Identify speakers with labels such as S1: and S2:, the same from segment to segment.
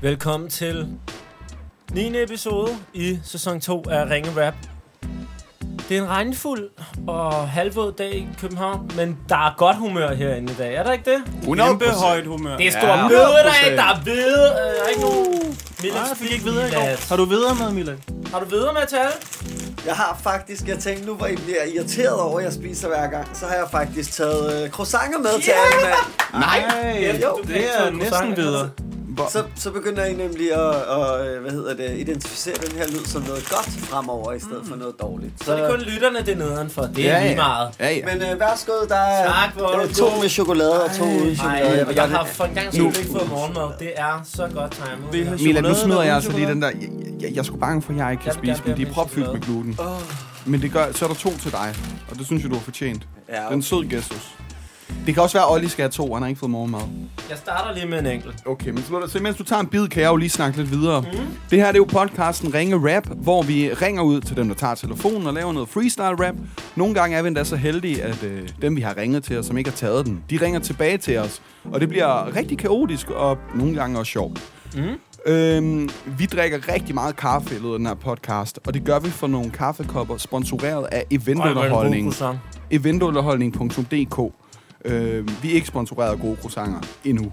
S1: Velkommen til 9. episode i sæson 2 af Ringe Rap. Det er en regnfuld og halvvåd dag i København, men der er godt humør herinde i dag. Er der ikke det?
S2: 100
S3: Kæmpe højt humør.
S1: Det er stor ja, mødedag, der er hvide. Øh, der er ikke nogen... Millex
S3: Ah, jeg fik
S1: fik
S3: ikke videre i går.
S1: Milas.
S3: Har du videre med, Milan?
S1: Har du videre med at tale?
S2: Jeg har faktisk, jeg tænkte nu, hvor I bliver irriteret over, at jeg spiser hver gang, så har jeg faktisk taget øh, croissanter med til alle mand.
S3: Nej!
S2: Jo,
S1: du altså. kan ikke
S3: det
S1: tage
S3: er
S1: en
S3: næsten
S1: croissant.
S3: videre.
S2: Så, så begynder jeg nemlig at, at øh, hvad hedder det, identificere den her lyd som noget godt fremover, i stedet for noget dårligt.
S1: Mm. Så er det kun lytterne, det er nederen for. Det er ja, lige meget.
S4: Ja, ja.
S2: Men øh, værsgo, der er
S1: Tak, hvor er
S2: øh,
S1: du
S2: to
S1: god.
S2: med chokolade og to uden
S1: Nej,
S2: chokolade.
S1: jeg,
S2: vil
S1: Øh, jeg
S2: gerne-
S1: har for en gang skyld ikke fået morgenmad. Det er så godt timet.
S3: Vi har-
S4: Mila, nu
S3: Chokolade
S4: smider
S3: eller uden
S4: jeg altså lige
S3: chokolade?
S4: den der... Jeg, jeg, jeg er sgu bange for, at jeg ikke kan
S1: Jeg vil
S4: spise
S1: gerne
S4: dem.
S1: bære
S4: De er
S1: med
S4: propfyldt med gluten. Men det gør, så er der to til dig. Og det synes jeg, du har fortjent.
S2: Ja,
S4: Den søde gestus. Det kan også være, at Olli skal have to. Han har ikke fået morgenmad.
S1: Jeg starter lige med en enkelt.
S4: Okay, men så, så mens du tager en bid, kan jeg jo lige snakke lidt videre. Mm. Det her det er jo podcasten Ringe Rap, hvor vi ringer ud til dem, der tager telefonen og laver noget freestyle rap. Nogle gange er vi endda så heldige, at øh, dem, vi har ringet til os, som ikke har taget den, de ringer tilbage til os. Og det bliver rigtig kaotisk og nogle gange også sjovt. Mm. Øhm, vi drikker rigtig meget kaffe i løbet af den her podcast, og det gør vi for nogle kaffekopper, sponsoreret af eventunderholdning eventunderholdning.dk. Øh, vi er ikke sponsoreret af gode croissanter endnu.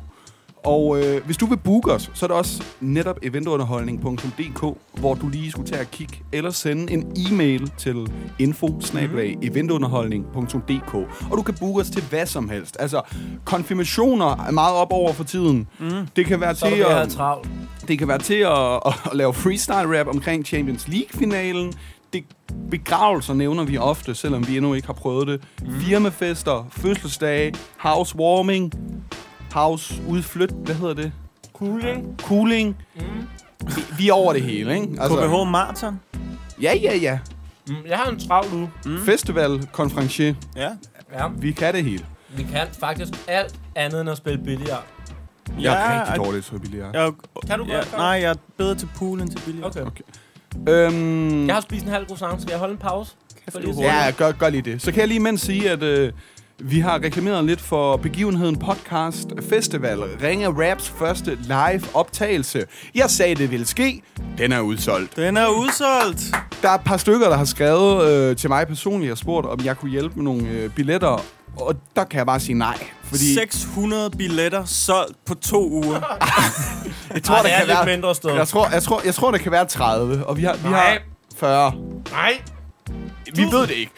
S4: Og øh, hvis du vil booke os, så er det også netop eventunderholdning.dk, hvor du lige skulle tage og kigge, eller sende en e-mail til info eventunderholdning.dk. Og du kan booke os til hvad som helst. Altså, konfirmationer er meget op over for tiden. Mm. Det kan være
S1: Så er du
S4: til
S1: ved at
S4: at...
S1: have travlt.
S4: Det kan være til at, at, at lave freestyle rap omkring Champions League-finalen. Det, begravelser nævner vi ofte, selvom vi endnu ikke har prøvet det.
S1: Mm.
S4: Firmafester, fødselsdage, housewarming, house udflyt, hvad hedder det?
S1: Cooling. Mm.
S4: Cooling. Vi, vi er over det hele, ikke? Altså,
S3: KBH Marathon.
S4: Ja, ja, ja.
S1: Mm, jeg har en travl uge.
S4: Mm. Festival, konferencier,
S3: Ja.
S1: Ja,
S4: vi kan det hele.
S1: vi kan faktisk alt andet end at spille billigere.
S4: Jeg er
S3: Ja,
S4: rigtig
S3: og-
S4: dårlig til billigere.
S3: Jeg,
S1: Kan du
S3: ja,
S1: godt, Karl?
S3: Nej, jeg er bedre til pool end til billigere.
S1: Okay.
S4: Okay. Øhm,
S1: Jeg har spist en halv croissant. Skal jeg holde en pause?
S3: Kæft,
S1: For
S3: du
S1: lige
S3: er
S1: at-
S3: hurtig.
S4: Ja, gør, gør lige det. Så kan jeg lige imens sige, at øh, vi har reklameret lidt for begivenheden Podcast Festival. Ringe Raps første live optagelse. Jeg sagde, det ville ske. Den er udsolgt.
S3: Den er udsolgt.
S4: Der er et par stykker, der har skrevet øh, til mig personligt og spurgt, om jeg kunne hjælpe med nogle øh, billetter. Og der kan jeg bare sige nej. Fordi
S3: Fordi... 600 billetter solgt på to uger.
S4: jeg
S1: Ej, det er lidt mindre sted.
S4: Jeg tror, jeg, tror, jeg tror, der kan være 30, og vi har, vi har
S1: Nej.
S4: 40.
S1: Nej.
S4: Vi ved det ikke.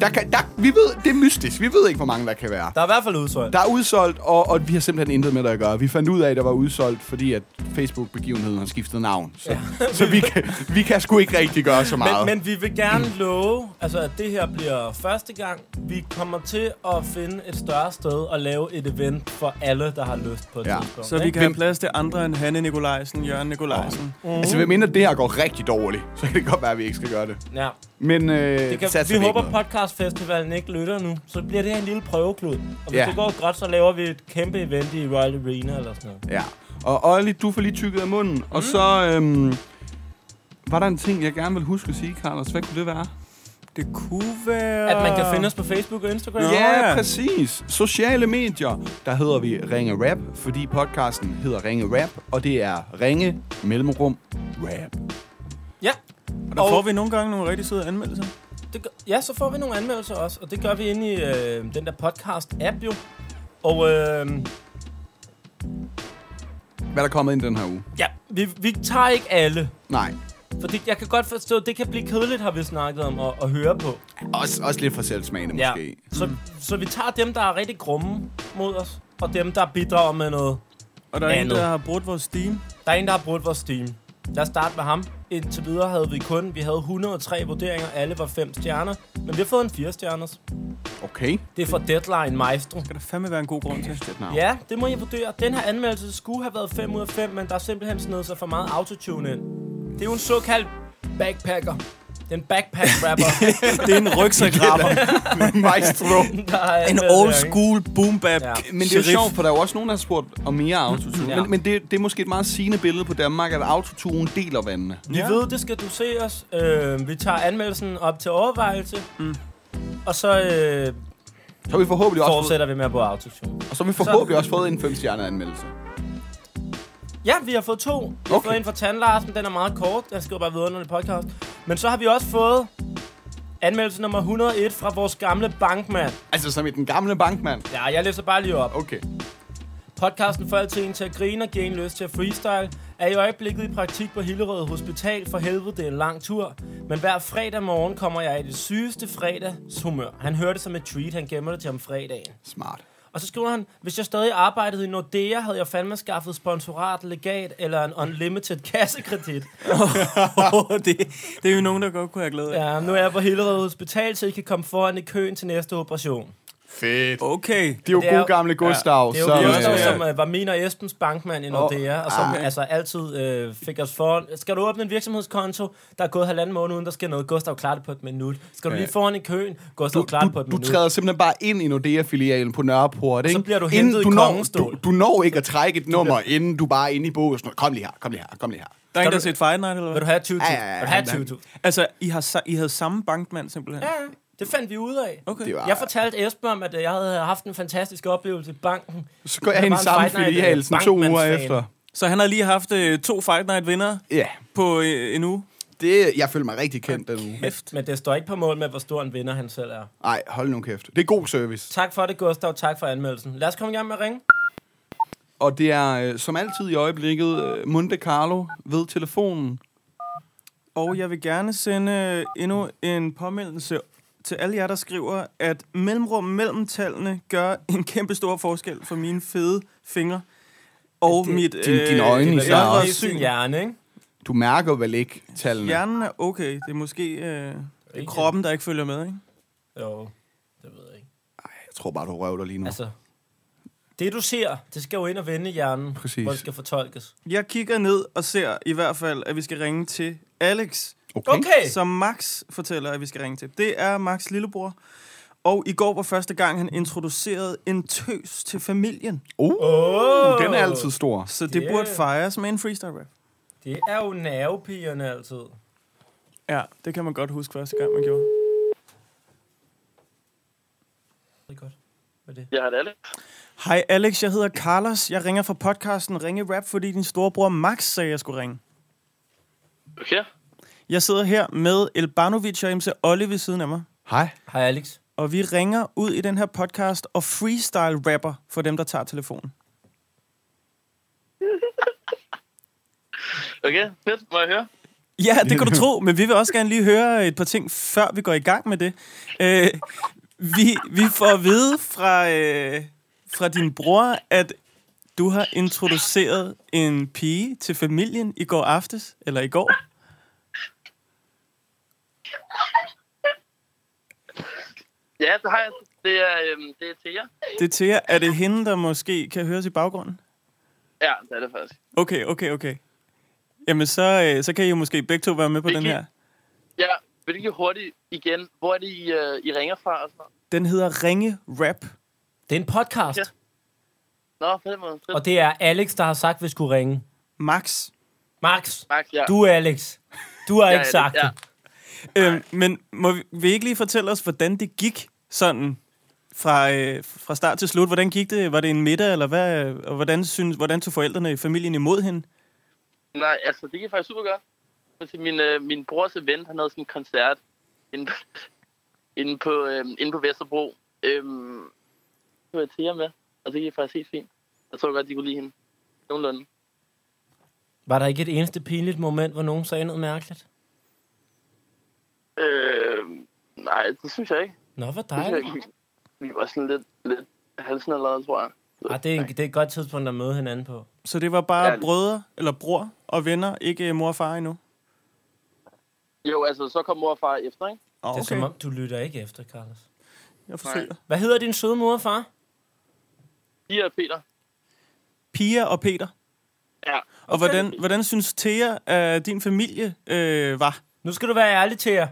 S4: Der kan, der, vi ved, det er mystisk. Vi ved ikke, hvor mange der kan være.
S1: Der er i hvert fald udsolgt.
S4: Der er udsolgt, og, og vi har simpelthen intet med det at gøre. Vi fandt ud af, at der var udsolgt, fordi at Facebook-begivenheden har skiftet navn. Så, ja. så vi, kan, vi kan sgu ikke rigtig gøre så meget.
S1: Men, men vi vil gerne love, altså, at det her bliver første gang. Vi kommer til at finde et større sted og lave et event for alle, der har lyst på et
S4: Ja.
S1: tidspunkt.
S3: Så vi
S1: ikke?
S3: kan have plads til andre end Hanne Nikolajsen, Jørgen Nikolajsen.
S4: Altså, hvem mindre det her går rigtig dårligt, så kan det godt være, at vi ikke skal gøre det.
S1: Ja.
S4: Men øh,
S1: Det kan,
S4: satser
S1: vi
S4: ikke
S1: håber,
S4: noget.
S1: podcastfestivalen ikke lytter nu. Så bliver det her en lille prøveklud. Og hvis
S4: Ja.
S1: det går godt, så laver vi et kæmpe event i Royal Arena eller sådan noget.
S4: Ja. Og Olli, du får lige tykket af munden. Mm. Og så øhm, var der en ting, jeg gerne vil huske at sige, Carlos. Hvad kunne det være?
S3: Det kunne være...
S1: At man kan finde os på Facebook og Instagram.
S3: Nå,
S4: Ja,
S3: ja.
S4: præcis. Sociale medier, der hedder vi Ringe Rap, fordi podcasten hedder Ringe Rap, og det er Ringe Mellemrum Rap.
S1: Ja.
S3: Og der får vi nogle gange nogle rigtig søde anmeldelser.
S1: Det gør, ja, så får vi nogle anmeldelser også, og det gør vi inde i øh, den der podcast-app jo. Og øh,
S4: Hvad er der kommet ind den her uge?
S1: ja, vi, vi tager ikke alle,
S4: Nej.
S1: for det, jeg kan godt forstå, det kan blive kedeligt, har vi snakket om, at, at høre på.
S4: Også, også lidt for selvsmagende,
S1: Ja.
S4: måske.
S1: Så, så vi tager dem, der er rigtig grumme mod os, og dem, der bidrager med noget.
S3: Og der er en,
S1: Andet.
S3: der har brugt vores Steam.
S1: Der er en, der har brudt vores team. Lad os starte med ham. Indtil videre havde vi kun, vi havde 103 vurderinger, alle var 5 stjerner, men vi har fået en 4 stjerners.
S4: Okay.
S1: Det er fra Deadline Maestro.
S3: Skal der fandme være en god grund til.
S4: Ja.
S1: Ja, det må jeg vurdere. Den her anmeldelse skulle have været 5 ud af 5, men der er simpelthen snedet sig for meget autotune ind. Det er jo en såkaldt backpacker. Den backpack-rapper,
S3: Det er en rygsækrapper.
S4: Maestro.
S1: der er
S3: en
S1: anmeldt
S3: old
S1: her, ikke?
S3: school boom bap.
S1: Ja.
S4: Men det er jo sjovt, for der er jo også nogen, der har spurgt om mere autotune.
S1: Ja.
S4: ja. Men, men det, det er måske et meget sigende billede på Danmark, at autotune deler vandene.
S1: Vi ja. ved, det skal du se os. Øh, vi tager anmeldelsen op til overvejelse. Mm. Og så øh,
S4: Så har vi forhåbentlig også, fået,
S1: fortsætter vi med at bruge autotune.
S4: og så har vi forhåbentlig også fået en 5 anmeldelse.
S1: Ja, vi har fået to. Vi okay. har
S4: Okay.
S1: fået en fra Tandlarsen, den er meget kort. Jeg skriver bare videre under det podcast. Men så har vi også fået anmeldelse nummer 101 fra vores gamle bankmand.
S4: Altså som i den gamle bankmand.
S1: Ja, jeg læser bare lige op.
S4: Okay.
S1: Podcasten får altid en til at grine og giver en lyst til at freestyle. Er i øjeblikket i praktik på Hillerød Hospital. For helvede, det er en lang tur. Men hver fredag morgen kommer jeg i det sygeste fredagshumør. Han hører det som et treat. Han gemmer det til om fredagen.
S4: Smart.
S1: Og så skriver han, hvis jeg stadig arbejdede i Nordea, havde jeg fandme skaffet sponsorat, legat eller en unlimited kassekredit.
S3: det, det er jo nogen, der godt kunne have glæde af.
S1: Ja, nu er jeg på Hillerød Hospital, så I kan komme foran i køen til næste operation.
S4: Fedt.
S3: Okay.
S4: Det er jo
S1: Det er
S4: gode
S1: jo-
S4: gamle Gustav.
S1: Det er jo
S4: som,
S1: så, Gustav,
S4: øh,
S1: som øh, var min og Esbens bankmand i Nordea, oh, og som
S4: ah.
S1: altså altid øh, fik os foran. Skal du åbne en virksomhedskonto, der er gået halvanden måned uden der sker noget? Gustav klarer det på et minut. Skal du
S4: Ja.
S1: lige foran i køen? Gustav
S4: Du,
S1: klarer det på
S4: du,
S1: et
S4: du
S1: minut.
S4: træder simpelthen bare ind i Nordea-filialen på Nørreport, ikke?
S1: bliver du
S4: Inden
S1: hentet i
S4: du når,
S1: kongestol.
S4: du, du når ikke at trække et nummer, inden du bare er inde i bogen. Kom lige her, kom lige her, kom lige her.
S3: Der
S1: Kan
S3: er en,
S1: du-
S3: der har set Fight Night, eller
S1: Vil du
S3: hvad?
S1: have 20.000?
S4: Ja, ja, ja,
S1: Vil du have
S4: han-
S1: 20.000?
S3: Altså, I, har, sa- I havde samme bankmand, simpelthen?
S1: Ja, ja. det fandt vi ud af.
S3: Okay.
S4: Det var,
S1: Jeg fortalte Esben om, at øh, jeg havde haft en fantastisk oplevelse i banken.
S4: så går jeg
S1: Det
S4: hen i
S1: var en
S4: samme
S1: Fight Night,
S4: filial
S1: øh,
S4: sådan to uger
S1: bankmandsfan.
S4: efter.
S3: Så han har lige haft øh, to Fight Night-vinder
S4: Ja,
S3: på øh, en uge.
S4: det, jeg føler mig rigtig kendt den uge.
S3: Kæft.
S1: Men det står ikke på mål med, hvor stor en vinder han selv er.
S4: Ej, hold nu kæft. Det er god service.
S1: Tak for det, Gustav. Tak for anmeldelsen. Lad os komme i gang med at ringe.
S4: Og det er øh, som altid i øjeblikket øh, Monte Carlo ved telefonen.
S3: Og jeg vil gerne sende øh, endnu en påmeldelse til alle jer, der skriver, at mellemrum mellem tallene gør en kæmpe stor forskel for mine fede fingre og
S1: Det-
S3: mit... øh,
S4: Din- dine øjne
S1: Det
S4: især
S1: er
S4: også.
S1: jo sin hjerne, ikke?
S4: Du mærker vel ikke tallene?
S3: Hjernen er okay. Det er måske øh, det er
S1: Ikke-
S3: kroppen, der ikke følger med, ikke?
S1: Jo, det ved jeg ikke.
S4: Jeg tror bare, du røvler lige nu.
S1: Altså, det du ser, det skal jo ind og vende i hjernen,
S4: Præcis.
S1: hvor det skal fortolkes.
S3: Jeg kigger ned og ser i hvert fald, at vi skal ringe til Alex,
S4: okay.
S1: Okay,
S3: som Max fortæller, at vi skal ringe til. Det er Max' lillebror. Og i går var første gang, han introducerede en tøs til familien.
S4: Oh,
S1: Åh.
S4: Den er altid stor.
S3: Så det
S1: Yeah.
S3: yeah. burde fejres med en freestyle rap.
S1: det er jo nervepigerne altid.
S3: Ja, det kan man godt huske første gang, man gjorde.
S1: Det er godt. Hvad er det?
S5: Jeg har det alle.
S3: Hej Alex, jeg hedder Carlos. Jeg ringer fra podcasten Ringe Rap, fordi din storebror Max sagde, jeg skulle ringe.
S5: Okay.
S3: Jeg sidder her med Elbanovic og MC Olle ved siden af mig.
S4: Hej.
S1: Hej Alex.
S3: Og vi ringer ud i den her podcast og freestyle rapper for dem, der tager telefonen.
S5: Okay, fedt. Må jeg høre?
S3: Ja, det kan du tro, men vi vil også gerne lige høre et par ting, før vi går i gang med det. Øh, vi, vi får at vide fra, øh, fra din bror, at du har introduceret en pige til familien i går aftes, eller i går.
S5: Ja, det har jeg. Det er, øhm, det er Thea.
S3: Det er til jer. Er det hende, der måske kan høres i baggrunden?
S5: Ja, det er det faktisk.
S3: Okay, okay, okay. Jamen, så, øh, så kan I jo måske begge to være med på
S5: Vi
S3: den
S5: kan-
S3: her.
S5: Ja, vil du lige hurtigt igen? Hvor er det, I, øh, I ringer fra? Og sådan noget?
S3: Den hedder Ringe Rap.
S1: Det er en podcast,
S5: Ja. Nå, på den måde. Fedt.
S1: og det er Alex, der har sagt, at vi skulle ringe.
S3: Max.
S1: Max,
S5: Max, ja.
S1: du er Alex. Du har
S5: ja,
S1: ikke sagt
S5: ja,
S1: det.
S5: ja.
S3: Øhm, men må vi, vil I ikke lige fortælle os, hvordan det gik sådan fra, øh, fra start til slut? Hvordan gik det? Var det en middag, eller hvad? Og hvordan, synes, hvordan tog forældrene i familien imod hende?
S5: Nej, altså, det gik faktisk super godt. Altså, Min, øh, min brors ven, han havde sådan en koncert inde på, inde på, øh, inde på Vesterbro. Øhm, det var jeg Thea med, og det gik faktisk helt fint. Jeg tror godt, de kunne lide hende. Nogenlunde.
S1: Var der ikke et eneste pinligt moment, hvor nogen sagde noget mærkeligt?
S5: Øh, nej, det synes jeg ikke.
S1: Nå, hvor
S5: Det synes jeg
S1: dejligt.
S5: ikke. Vi var sådan lidt, lidt halsen allerede, tror jeg.
S1: Ah, det, er en, det er et godt tidspunkt at møde hinanden på.
S3: Så det var bare
S5: Ja.
S3: brødre, eller bror og venner, ikke øh, mor og far endnu?
S5: Jo, altså, så kom mor og far efter, ikke?
S3: Oh,
S1: Det er som om, du lytter ikke efter, Carlos.
S3: jeg forsøger.
S1: Hvad hedder din søde mor og far?
S5: De og Peter.
S3: Pia og Peter.
S5: Ja.
S3: Og hvordan, hvordan synes Thea, at din familie øh, var?
S1: Nu skal du være ærlig til jer.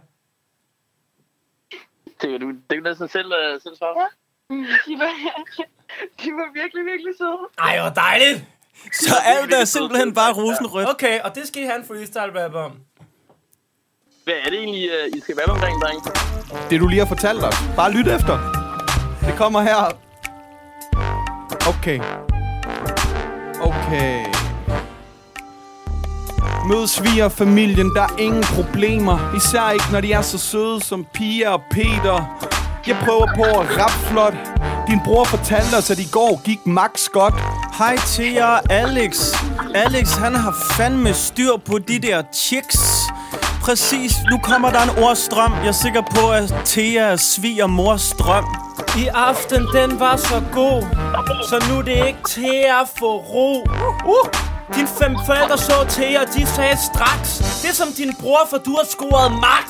S5: Det kan du, det kan du næsten selv, uh, selv svare. Ja.
S6: De var, de var virkelig, virkelig søde.
S1: Ej, hvor dejligt!
S3: Så alt er simpelthen bare rosenrødt.
S1: Okay, og det skal I have en freestyle rap om.
S5: Hvad er det egentlig, uh, I skal være omkring, dreng?
S4: Det du lige har fortalt os. Bare lyt efter. Det kommer her. Okay. Okay. Mød sviger familien, der er ingen problemer Især ikke når de er så søde som Pia og Peter Jeg prøver på at rap flot Din bror fortalte os, at i går gik max godt
S3: Hej til jer, Alex. Alex, han har fandme styr på de der chicks. Præcis, nu kommer der en ordstrøm. Jeg er sikker på, at Thea er sviger mors drøm.
S1: I aften, den var så god, så nu er det ikke til at få ro. Uh, dine fem forældre så til, og de sagde straks, det er som din bror, for du har scoret max.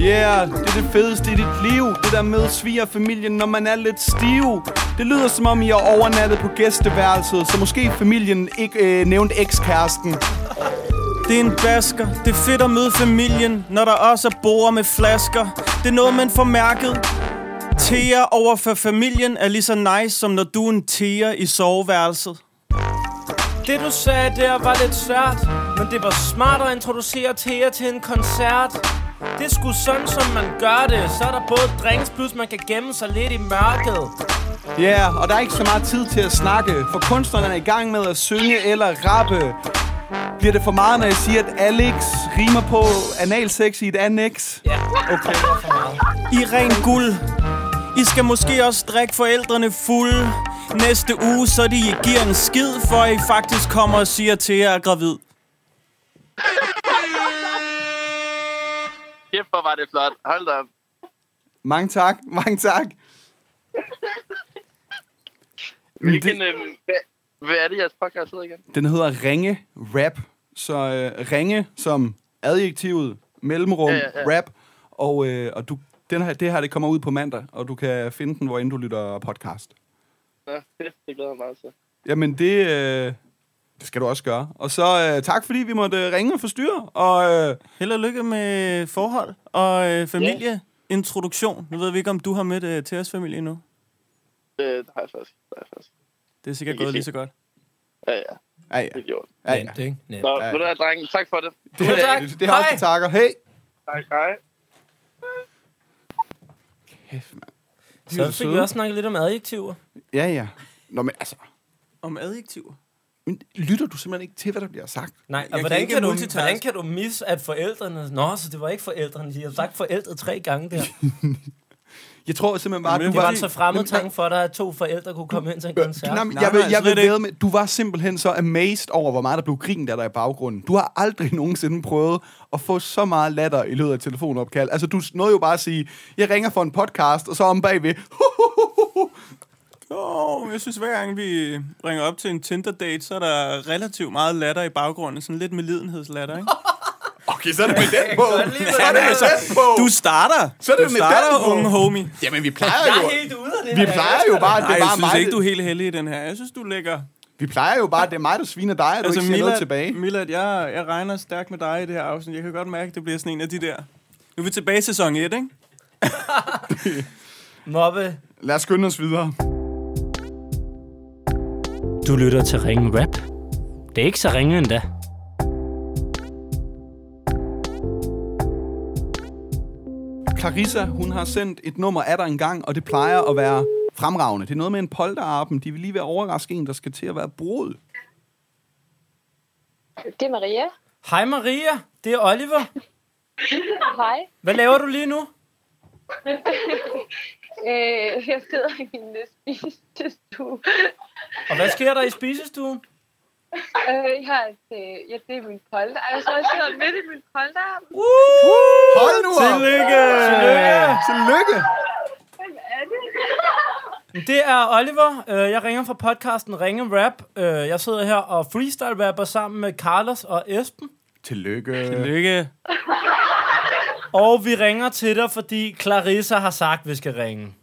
S4: Yeah, det er det fedeste i dit liv Det der med sviger familien, når man er lidt stiv Det lyder som om, I har overnattet på gæsteværelset Så måske familien ikke øh, nævnte ekskæresten
S3: Det er en basker. Det er fedt at møde familien, når der også er borer med flasker. Det er noget, man får mærket. Thea over for familien er lige så nice, som når du er en Thea i soveværelset.
S1: Det du sagde der var lidt svært, men det var smart at introducere Thea til en koncert. Det er sgu sådan, som man gør det. Så er der både drinks, plus man kan gemme sig lidt i mørket.
S4: Ja, yeah, og der er ikke så meget tid til at snakke For kunstnerne er i gang med at synge eller rappe Bliver det for meget, når jeg siger, at Alex rimer på analsex i et annex?
S1: Ja, okay.
S3: I er ren guld. I skal måske også drikke forældrene fulde. Næste uge, så de giver en skid, for at I faktisk kommer og siger til, at jeg er gravid.
S5: Kæft, hvor var det flot. Hold da op.
S4: Mange tak, mange tak
S5: Hvilken, øhm, hvad, hvad er det, jeres podcast hedder igen?
S4: Den hedder Ringe Rap. Så øh, ringe som adjektivet, mellemrum, ja, ja, ja. rap. Og, øh, og du, den her, det her det kommer ud på mandag, og du kan finde den, hvor end du lytter podcast.
S5: Nå, fedt. Det glæder mig meget til.
S4: Jamen det, øh, det skal du også gøre. Og så øh, tak, fordi vi måtte øh, ringe og forstyrre. Og øh,
S3: Held og lykke med forhold og øh, familieintroduktion. Nu ved vi ikke, om du har mødt øh, Theas familie endnu.
S5: Det, det har jeg faktisk. Det har jeg faktisk.
S3: Det er sikkert gået lige så godt.
S5: Ja, ja.
S4: ja, ja,
S5: Det gjorde det.
S4: ja, ja.
S1: ikke? Nemt.
S5: Nå, ved du hvad, drenge? Tak for det.
S4: Det,
S1: tak.
S4: det, det har også
S1: Hej.
S4: vi takker. Hey!
S5: Tak. Hej.
S4: Kæft, mand. De er
S1: Så fik vi
S4: søde.
S1: også snakket lidt om adjektiver.
S4: Ja, ja. Nå, men altså,
S3: Om adjektiver.
S4: men lytter du simpelthen ikke til, hvad der bliver sagt?
S1: Nej, og
S3: kan
S1: hvordan
S3: ikke
S1: kan, du,
S3: multitaske.
S1: hvordan kan du misse, at forældrene... Nå, så det var ikke forældrene. De har sagt forældre tre gange der.
S4: Jeg tror simpelthen bare, at
S3: Jamen,
S1: Det
S4: du
S1: var
S4: var...
S1: en så fremmed tanke for dig, at to forældre kunne komme ind til en koncert.
S4: Nej, men
S3: Nej,
S4: jeg vil,
S3: nej,
S4: jeg
S3: slet
S4: vil
S3: ikke.
S4: vædde med, du var simpelthen så amazed over, hvor meget der blev grin der, der i baggrunden. Du har aldrig nogensinde prøvet at få så meget latter i løbet af et telefonopkald. Altså, du nåede jo bare at sige, jeg ringer for en podcast, og så om bagved.
S3: Jo, men jeg synes, hver gang vi ringer op til en Tinder-date, så er der relativt meget latter i baggrunden. Sådan lidt med lidenhedslatter, ikke?
S4: Okay, så er det med den på.
S1: godt lide,
S4: Så er det
S1: hvordan
S4: med den på.
S3: Du starter.
S4: Så er det
S3: du
S4: med
S3: starter,
S4: den på.
S3: unge homie.
S4: Jamen, vi plejer
S1: Jeg
S4: jo...
S1: er helt ude af det
S4: Vi
S1: her.
S4: plejer jo bare, at
S3: Nej,
S4: det er
S3: jeg
S4: bare
S3: synes
S4: mig,
S3: ikke, du
S4: der-
S3: er helt heldig i den her. Jeg synes, du ligger... Altså,
S4: vi plejer jo bare, at det er mig, der sviner dig, og du ikke siger noget tilbage.
S3: Milad, jeg, jeg regner stærkt med dig i det her afsnit. Jeg kan godt mærke, at det bliver sådan en af de der... Nu er vi tilbage i sæson 1, ikke?
S1: Mobbe.
S4: Lad os skynde os videre.
S1: Du lytter til Ringen Rap. Det er ikke så ringe endda.
S4: Clarissa, hun har sendt et nummer af dig engang, og det plejer at være fremragende. Det er noget med en polterappen. De vil lige være overraske en, der skal til at være brud.
S6: Det er Maria.
S1: Hej Maria, det er Oliver.
S6: Hej.
S1: Hvad laver du lige nu?
S6: Øh, jeg sidder i min øh, spisestue.
S1: Og hvad sker der i spisestuen?
S6: Øh, jeg har et, øh, ja, det er min polter. Jeg tror, jeg sidder midt i min polter.
S4: Hold nu op!
S1: Tillykke! Tillykke!
S4: Tillykke!
S6: Hvem er det?
S1: Det er Oliver. Øh, Jeg ringer fra podcasten Ringe Rap. Øh, Jeg sidder her og freestyle rapper sammen med Carlos og Esben.
S4: Tillykke.
S3: Lykke.
S1: Og vi ringer til dig, fordi Clarissa har sagt, at vi skal ringe.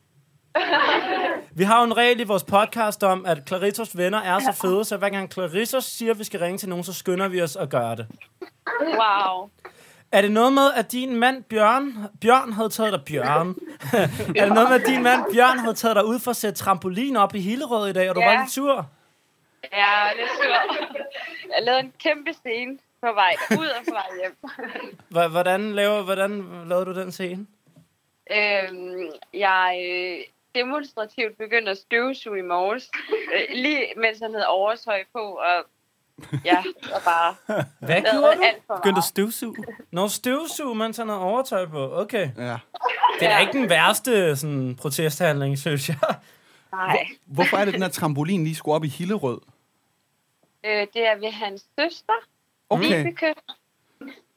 S1: Vi har jo en regel i vores podcast om, at Clarissas venner er så fede, så hver gang Clarissa siger, at vi skal ringe til nogen, så skynder vi os at gøre det.
S6: Wow.
S1: Er det noget med, at din mand Bjørn, Bjørn havde taget dig Bjørn? er det noget med, at din mand Bjørn havde taget dig ud for at sætte trampolin op i Hillerød i dag, og du
S6: Ja.
S1: var lidt sur?
S6: Ja, det er sjovt. Jeg lavede en kæmpe scene på vej ud og på vej hjem.
S1: H- Hvordan, laver, hvordan lavede du den scene?
S6: Øhm, jeg øh, demonstrativt begyndte at støvsuge i morges, øh, lige mens han havde overtøj på, og Ja, og bare
S1: Hvad gjorde
S6: lavet
S1: du?
S6: alt for
S3: Begyndte at
S6: meget.
S3: støvsuge.
S1: Når støvsug, man tager noget overtøj på. Okay.
S4: Ja.
S1: Det er ikke den værste sådan, protesthandling, synes jeg.
S6: Nej.
S4: Hvorfor er det, den her trampolin lige skulle op i Hillerød?
S6: Øh, det er ved hans søster,
S4: Okay.
S6: Vibeke.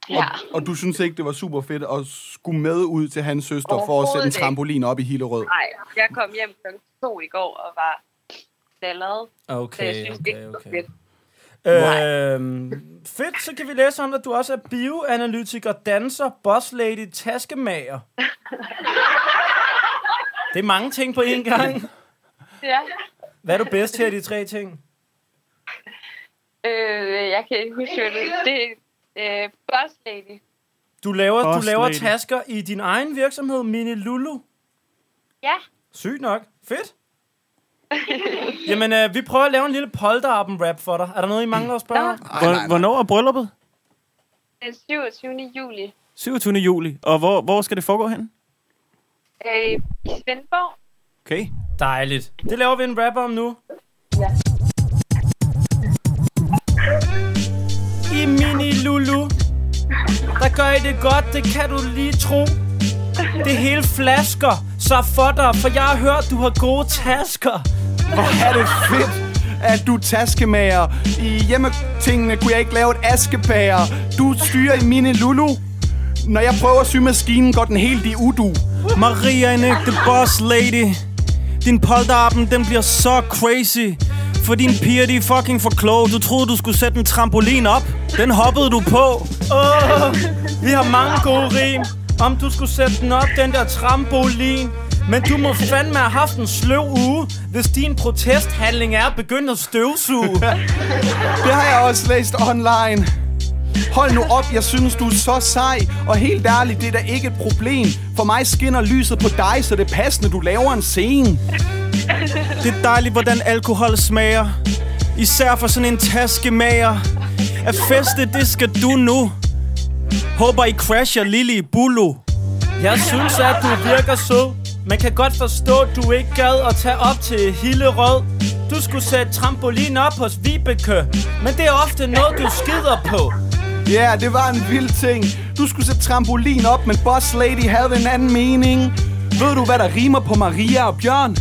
S6: Ja,
S4: Og du synes ikke, det var super fedt at skulle med ud til hans søster for at
S6: Overhovedet
S4: sætte en
S6: ikke.
S4: trampolin op i Hillerød?
S6: nej. Jeg kom hjem kl. 2 i går og var stallet, så jeg
S1: Okay,
S6: synes
S1: okay,
S6: ikke,
S1: okay.
S6: det var
S1: Øhm, fedt, så kan vi læse om, at du også er bioanalytiker, danser, bosslady, taskemager. Det er mange ting på én gang.
S6: fedt. Ja.
S1: Hvad er du bedst til af de tre ting?
S6: Øh, jeg kan ikke huske, hvad det Det er øh, Boss Lady.
S1: Du laver, du
S3: Boss
S1: laver
S3: lady.
S1: tasker i din egen virksomhed, Mini Lulu.
S6: Ja,
S1: Sygt nok. Fedt. Jamen, øh, vi prøver at lave en lille polterappen-rap for dig. Er der noget, I mangler at spørge? om?
S4: Ej, nej,
S3: Hvor,
S4: nej.
S3: hvornår er brylluppet?
S6: den 27. juli
S3: 27. juli. Og hvor, hvor skal det foregå hen?
S6: øh, i Svendborg.
S3: Okay.
S1: Dejligt. Det laver vi en rap om nu. I mini Lulu, der gør I det godt, det kan du lige tro. Det hele flasker, så for dig, for jeg har hørt, du har gode tasker.
S4: Hvor er det fedt, at du er taskemager. I hjemmetingene kunne jeg ikke lave et askepære. Du styrer i mine lulu. Når jeg prøver at sy maskinen, går den helt i udu.
S3: Maria en ægte boss lady Din polterappen, den bliver så crazy For din piger, de er fucking for kloge Du troede, du skulle sætte en trampolin op Den hoppede du på
S1: Åh, vi har mange gode rim. Om du skulle sætte den op, den der trampolin. Men du må fandme have haft en sløv uge, hvis din protesthandling er begyndt at støvsuge.
S4: Det har jeg også læst online. Hold nu op, jeg synes, du er så sej. Og helt ærligt, det er da ikke et problem. For mig skinner lyset på dig, så det er passende, du laver en scene.
S3: Det er dejligt, hvordan alkohol smager Især for sådan en taskemager At feste, det skal du nu Håber I crasher Lili i Bulu
S1: Jeg synes, at du virker sød. Man kan godt forstå, at du ikke gad at tage op til Hillerød. Du skulle sætte trampolin op hos Vibeke, men det er ofte noget, du skider på.
S4: Ja, yeah, det var en vild ting. Du skulle sætte trampolin op, men Boss Lady havde en anden mening. Ved du, hvad der rimer på Maria og Bjørn?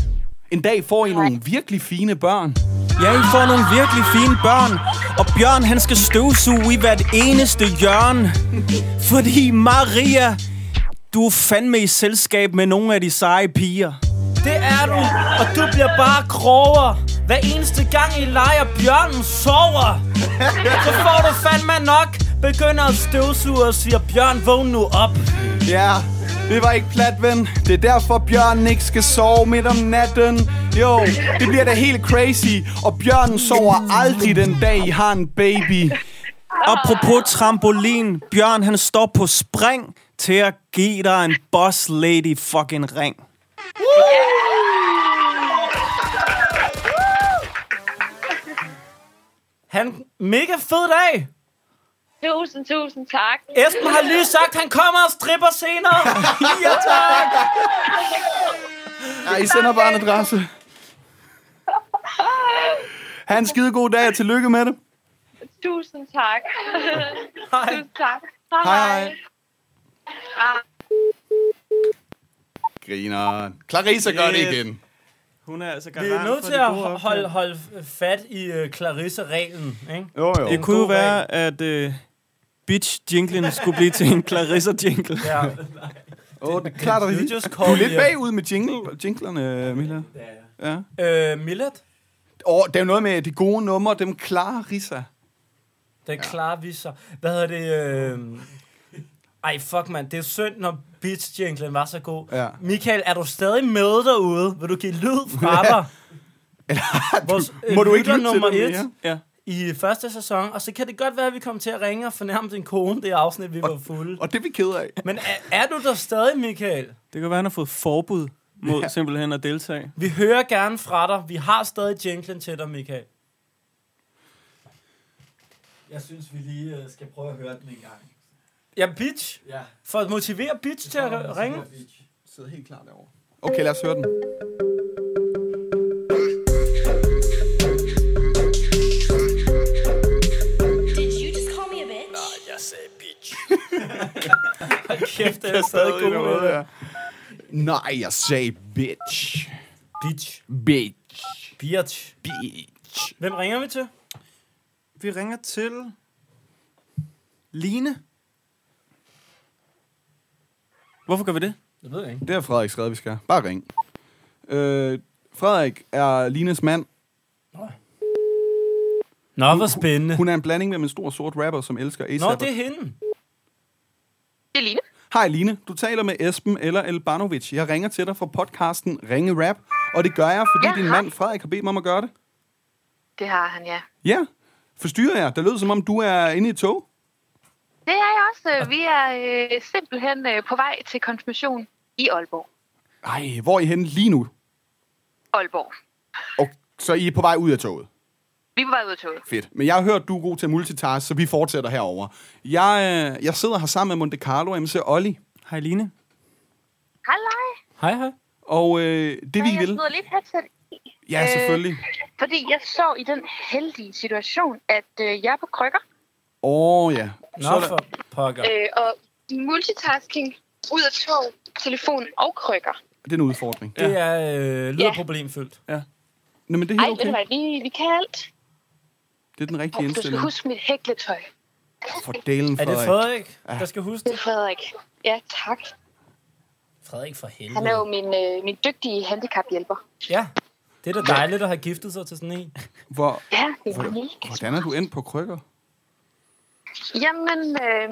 S4: En dag får I nogle virkelig fine børn.
S3: Ja, I får nogle virkelig fine børn. Og Bjørn, han skal støvsuge i hvert eneste hjørne. Fordi Maria, du er fandme i selskab med nogle af de seje piger.
S1: Det er du, og du bliver bare grovere. Hver eneste gang I leger bjørnen sover. Så får du fandme nok. Begynder at støvsuge og siger, Bjørn, vågn nu op.
S4: Ja, det var ikke plat, ven. Det er derfor, Bjørn ikke skal sove midt om natten. Jo, det bliver da helt crazy. Og Bjørn sover aldrig den dag, I har en baby.
S3: Apropos trampolin, Bjørn han står på spring til at give dig en boss lady fucking ring.
S1: Han, mega fed dag.
S6: Tusind, tusind tak.
S1: Esben har lige sagt, han kommer og stripper senere. ja, tak.
S4: Nej, I sender bare en adresse. Ha' en skide god dag, og tillykke med det.
S6: Tusind tak.
S1: Hej.
S6: tusind tak. Hej.
S4: Hej,
S6: hej.
S4: hej. Griner. Clarissa gør det igen.
S3: Hun er altså
S1: Vi er nødt til at ho- holde, holde fat i uh, Clarisse-reglen, ikke?
S4: Jo, jo.
S3: Det kunne jo
S1: god regel.
S3: være, at øh, bitch-jinglen skulle blive til en Clarissa-jingle.
S1: Ja.
S4: Åh, det er klart, at
S1: You
S4: det
S1: just
S4: Du er
S1: call
S4: lidt
S1: your-
S4: bagud med jingle, jinglerne, Mila. Ja.
S1: Øh, Millet,
S4: Og det er jo noget med de gode numre, dem klarer Rissa.
S1: den klarer vi så. Hvad hedder det? Øh... Ej, fuck mand, det er synd, når beats jinglen var så god.
S4: Ja.
S1: Michael, er du stadig med derude? Vil du give lyd fra dig? Vores, øh,
S4: Må du ikke
S1: lytter
S4: lytte til
S1: nummer
S4: dem
S1: et
S4: mere?
S3: Ja.
S1: i første sæson, og så kan det godt være, at vi kommer til at ringe og fornærme din kone, det afsnit, vi var fulde.
S4: Og det er vi ked af.
S1: Men er, er du der stadig, Michael?
S3: Det kan være, han har fået forbud mod ja. simpelthen at deltage.
S1: Vi hører gerne fra dig. Vi har stadig jinglen til dig, Michael.
S7: Jeg synes, vi lige øh, skal prøve at høre den en gang.
S1: Ja, bitch.
S7: Ja.
S1: For at motivere bitch til at ringe.
S4: sidder helt klart derovre. Okay, lad os høre den.
S1: Kæft, det er stadig god. det der.
S4: Nej, jeg sagde bitch.
S1: Bitch.
S4: Bitch.
S1: Bitch.
S4: Bitch.
S1: Hvem ringer vi til?
S3: Vi ringer til... Line. Hvorfor gør vi det?
S1: Det ved jeg ikke.
S4: Det har Frederik skrevet, vi skal. Bare ring. Øh, Frederik er Lines mand.
S1: Nå, hvor spændende.
S4: Hun er en blanding mellem en stor sort rapper, som elsker
S1: Nå,
S4: ASAP.
S1: det er hende.
S6: Det er Line.
S4: Hej Line, du taler med Esben eller Elbanovic. Jeg ringer til dig fra podcasten Ringe Rap, og det gør jeg, fordi
S6: Ja,
S4: din
S6: hej.
S4: mand Frederik har bedt mig om at gøre det.
S6: Det har han, ja.
S4: Ja, forstyrrer jeg. Det lød som om, du er inde i et tog.
S6: Det er jeg også. Vi er øh, simpelthen øh, på vej til konfirmation i Aalborg.
S4: Ej, hvor er I henne lige nu?
S6: Aalborg.
S4: Og så I er på vej ud af toget.
S6: Vi er på vej ud af toget.
S4: Fedt. Men jeg har hørt, du er god til at multitask, så vi fortsætter herover. Jeg, øh, jeg sidder her sammen med Monte Carlo og MC Olli.
S3: Hej, Line.
S6: Halløj.
S1: Hej, hej.
S4: Og øh, det vi
S6: Ej, Jeg
S4: vil...
S6: smider lige et headset i.
S4: Ja,
S6: Øh,
S4: selvfølgelig.
S6: Fordi jeg så i den heldige situation, at øh, jeg er på krykker.
S4: Åh, oh, ja.
S1: Nå, for pokker.
S6: Øh, og multitasking ud af tog, telefon og krykker.
S4: Det er en udfordring.
S1: Det er øh, lyder
S6: Ja.
S1: problemfyldt.
S4: Nå, men det er
S6: Ej,
S4: helt
S6: ved du
S4: okay.
S6: hvad, vi, vi kan alt.
S4: Det er den rigtige
S6: Du skal
S4: indstilling.
S6: huske mit hækletøj.
S4: For delen,
S1: Er det
S4: Frederik.
S1: Frederik, der skal huske
S6: Det er
S1: det?
S6: Frederik. Ja, tak.
S1: Frederik for
S6: Han er jo
S1: helvede.
S6: min, øh, min dygtige handicaphjælper.
S1: Ja, det er da dejligt at have giftet sig til sådan en.
S4: Hvor,
S6: Ja, det er
S4: hvor,
S6: mega
S4: hvordan er du endt på krykker?
S6: Jamen, øh,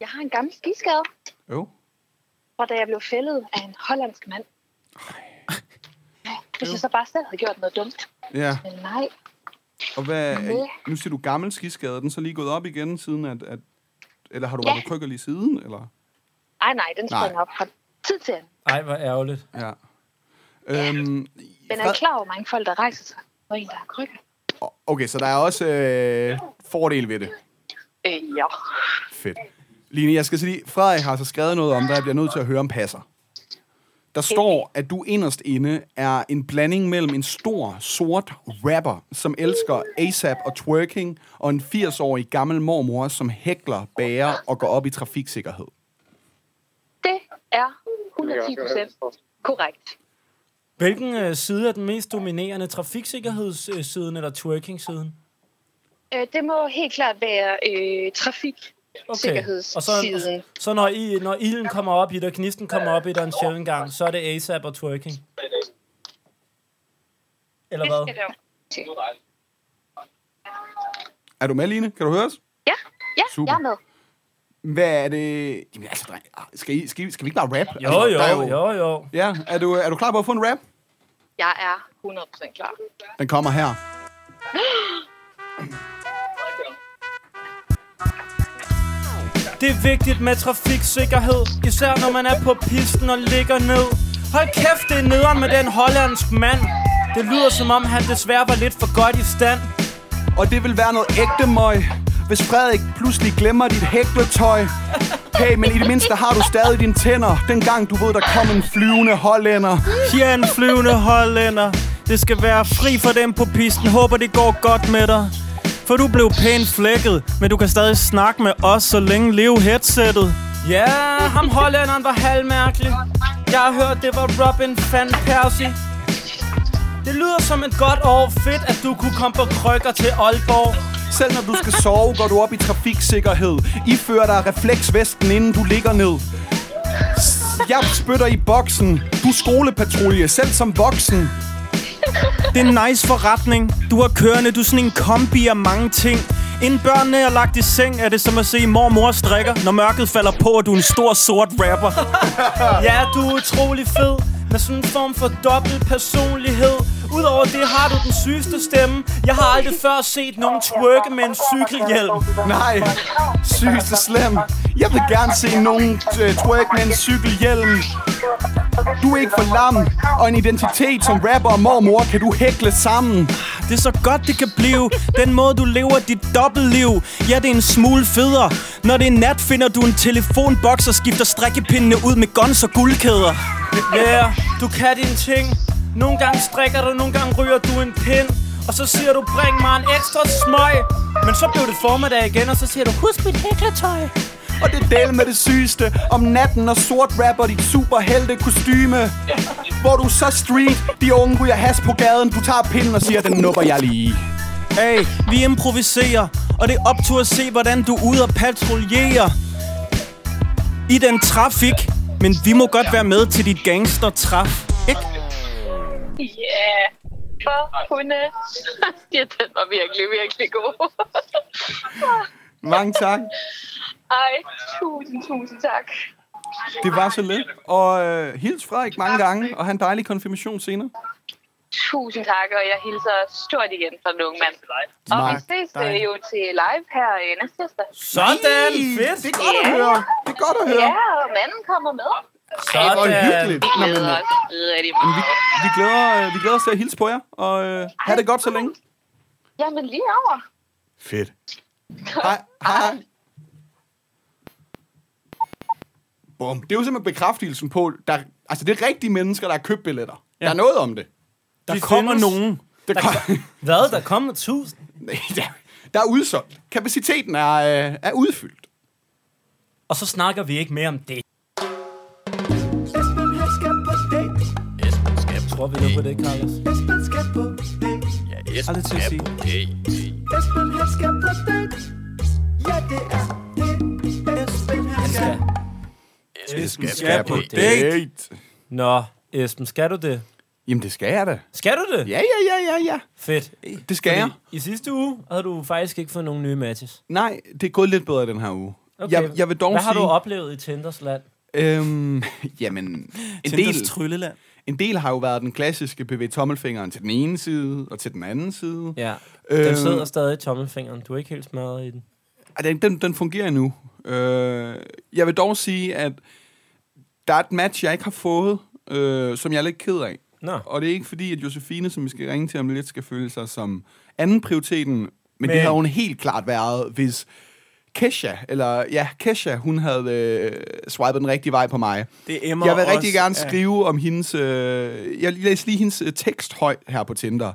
S6: jeg har en gammel skiskade,
S4: Jo.
S6: fra da jeg blev fældet af en hollandsk mand. Ja, Hvis jeg så bare selv havde gjort noget dumt.
S4: Ja,
S6: Men nej,
S4: og hvad,
S6: Ja.
S4: nu siger du gammel skiskade. Er Den så lige gået op igen siden, at... at eller har du
S6: Ja.
S4: været på krykker lige siden? Eller?
S6: nej, nej, den
S4: Nej.
S6: springer op fra tid til anden.
S1: Ej, hvor ærgerligt.
S4: Ja. Øhm,
S6: Men er
S4: Fred-
S6: I klar over, hvor mange folk, der rejser sig, når en, der har krykker?
S4: Okay, så der er også øh, fordele ved det.
S6: Øh, ja.
S4: Fedt. Line, jeg skal sige, Frederik har så skrevet noget om dig, jeg bliver nødt til at høre om passer. Der står, at du inderst inde er en blanding mellem en stor, sort rapper, som elsker ASAP og twerking, og en 80-årig gammel mormor, som hækler, bærer og går op i trafiksikkerhed.
S6: Det er 110 procent korrekt.
S1: Hvilken øh, side er den mest dominerende? Trafiksikkerhedssiden eller twerking-siden?
S6: Øh, det må helt klart være øh, trafik.
S1: Og så,
S6: Sikkerhedssiden.
S1: så når, I, når ilden kommer op i dig, knisten kommer op i dig en sjældent gang, så er det ASAP og twerking. Eller
S6: Det
S1: hvad?
S6: skal det jo. til.
S4: Er du med, Line? Kan du høre os?
S6: Ja, ja,
S4: Super.
S6: jeg er med.
S4: Hvad er det? Jamen altså, dreng, ah, skal, I, skal, I, skal vi ikke bare rap? Altså,
S1: Jo,
S4: der er
S1: jo, jo, jo.
S4: Ja, er du, er du klar på at få en rap?
S6: Jeg er 100% klar.
S4: Den kommer her.
S1: Det er vigtigt med trafiksikkerhed Især når man er på pisten og ligger ned Hold kæft, det er nederen med den hollandsk mand Det lyder som om han desværre var lidt for godt i stand
S4: Og det vil være noget ægte møg Hvis Frederik pludselig glemmer dit hækletøj Hey, men i det mindste har du stadig dine tænder Dengang du ved, der kom en flyvende hollænder
S1: Her er en flyvende hollænder Det skal være fri for dem på pisten Håber det går godt med dig For du blev pænt flækket Men du kan stadig snakke med os Så længe leve headsettet Ja, yeah, ham hollænderen var halvmærkelig Jeg har hørt, det var Robin van Persie Det lyder som et godt år Fedt, at du kunne komme på krykker til Aalborg
S4: Selv når du skal sove, går du op i trafiksikkerhed I fører dig refleksvesten, inden du ligger ned S- jeg spytter i boksen. Du er skolepatrulje, selv som voksen.
S3: Det er en nice forretning. Du har kørende, du er sådan en kombi af mange ting. Inden børnene er lagt i seng, er det som at se mormor strikker, når mørket falder på, og du er en stor sort rapper.
S1: Ja, du er utrolig fed Med sådan en form for dobbelt personlighed Udover det har du den sygeste stemme Jeg har aldrig før set nogen twerke med en cykelhjelm
S4: Nej, sygeste slem. Jeg vil gerne se nogen øh, twerk med en cykelhjelm. Du er ikke for lam, og en identitet som rapper og mormor kan du hækle sammen.
S3: Det er så godt, det kan blive. Den måde, du lever dit dobbeltliv. Ja, det er en smule federe. Når det er nat, finder du en telefonboks og skifter strikkepindene ud med guns og guldkæder.
S1: Ja, yeah, du kan dine ting Nogle gange strikker du, nogle gange ryger du en pind Og så siger du, bring mig en ekstra smøg Men så blev det formiddag igen, og så siger du, husk mit hækletøj
S4: Og det del med det sygeste Om natten, når sort rapper dit superhelte kostyme Hvor du så street De unge ryger has på gaden Du tager pinden og siger, den nupper jeg lige
S3: Hey, vi improviserer, og det er op til at se, hvordan du er ude og patruljere i den trafik. Men vi må godt være med til dit gangster-træf, ikke?
S6: Yeah. For hunde. ja, den var virkelig, virkelig god.
S4: Mange tak
S6: Ej, tusind, tusind tak.
S4: Det var så let Og øh, hils Frederik mange gange Og han en dejlig konfirmation senere
S6: Tusind tak, og jeg hilser stort igen fra den unge mand. Og vi
S4: Mark,
S6: ses
S4: dig.
S6: øh, jo til live her øh, næste tirsdag.
S1: Sådan, fedt.
S4: Det er godt at høre Det er godt at høre
S6: Ja, og manden kommer med.
S1: Sådan.
S4: Hvor hyggeligt
S6: Vi
S4: Nå, men,
S6: glæder
S4: øh,
S6: os rigtig meget.
S4: Vi glæder, øh, vi glæder os til at hilse på jer, og øh, have det godt så længe.
S6: Jamen lige over.
S4: Fedt. Hej, hej. Bum. Det er jo simpelthen bekræftelsen på, der, altså det er rigtige mennesker, der har købt billetter. Ja. Der er noget om det.
S3: Der
S1: Vi
S3: kommer
S1: findes.
S3: nogen.
S4: Der, kom,
S1: Hvad? Der kommer tusind.
S4: nej, der, der er udsolgt. Kapaciteten er, øh, er udfyldt.
S1: Og så snakker vi ikke mere om det.
S8: Esben han skal på date.
S1: Tror vi nu på det, Carlos?
S8: Esben skal på date.
S3: Aldrig til at sige.
S8: Esben han skal på date. Ja, det er det. Esben han skal.
S3: Esben
S1: skal på Nå, Esben, skal du det?
S4: Jamen det skal jeg da.
S1: Skal du det?
S4: Ja, ja, ja, ja, ja.
S1: Fedt.
S4: Det skal jeg.
S1: I sidste uge havde du faktisk ikke fået nogen nye matches.
S4: Nej, det er gået lidt bedre den her uge. Jeg, jeg vil dog
S1: Hvad
S4: sige...
S1: har du oplevet i Tinders land?
S4: Øhm, jamen, en del,
S3: Tinders trylleland.
S4: en del har jo været den klassiske bevæge tommelfingeren til den ene side og til den anden side.
S1: Ja.
S4: Øh.
S1: Den sidder stadig i tommelfingeren. Du er ikke helt smadret i den.
S4: Ej, Den, den, den fungerer endnu. Øh, jeg vil dog sige, at der er et match, jeg ikke har fået, øh, som jeg er lidt ked af.
S1: Nå.
S4: Og det er ikke fordi, at Josefine, som vi skal ringe til om lidt, skal føle sig som anden prioriteten. Men, men... det
S1: Men-
S4: havde hun helt klart været, hvis Kesha, eller ja, Kesha, hun havde øh, swipet den rigtige vej på mig.
S3: Det emmer
S4: Jeg vil
S3: også
S4: rigtig gerne
S3: af-
S4: skrive om hendes... Øh, jeg læser lige hendes øh, tekst højt her på Tinder.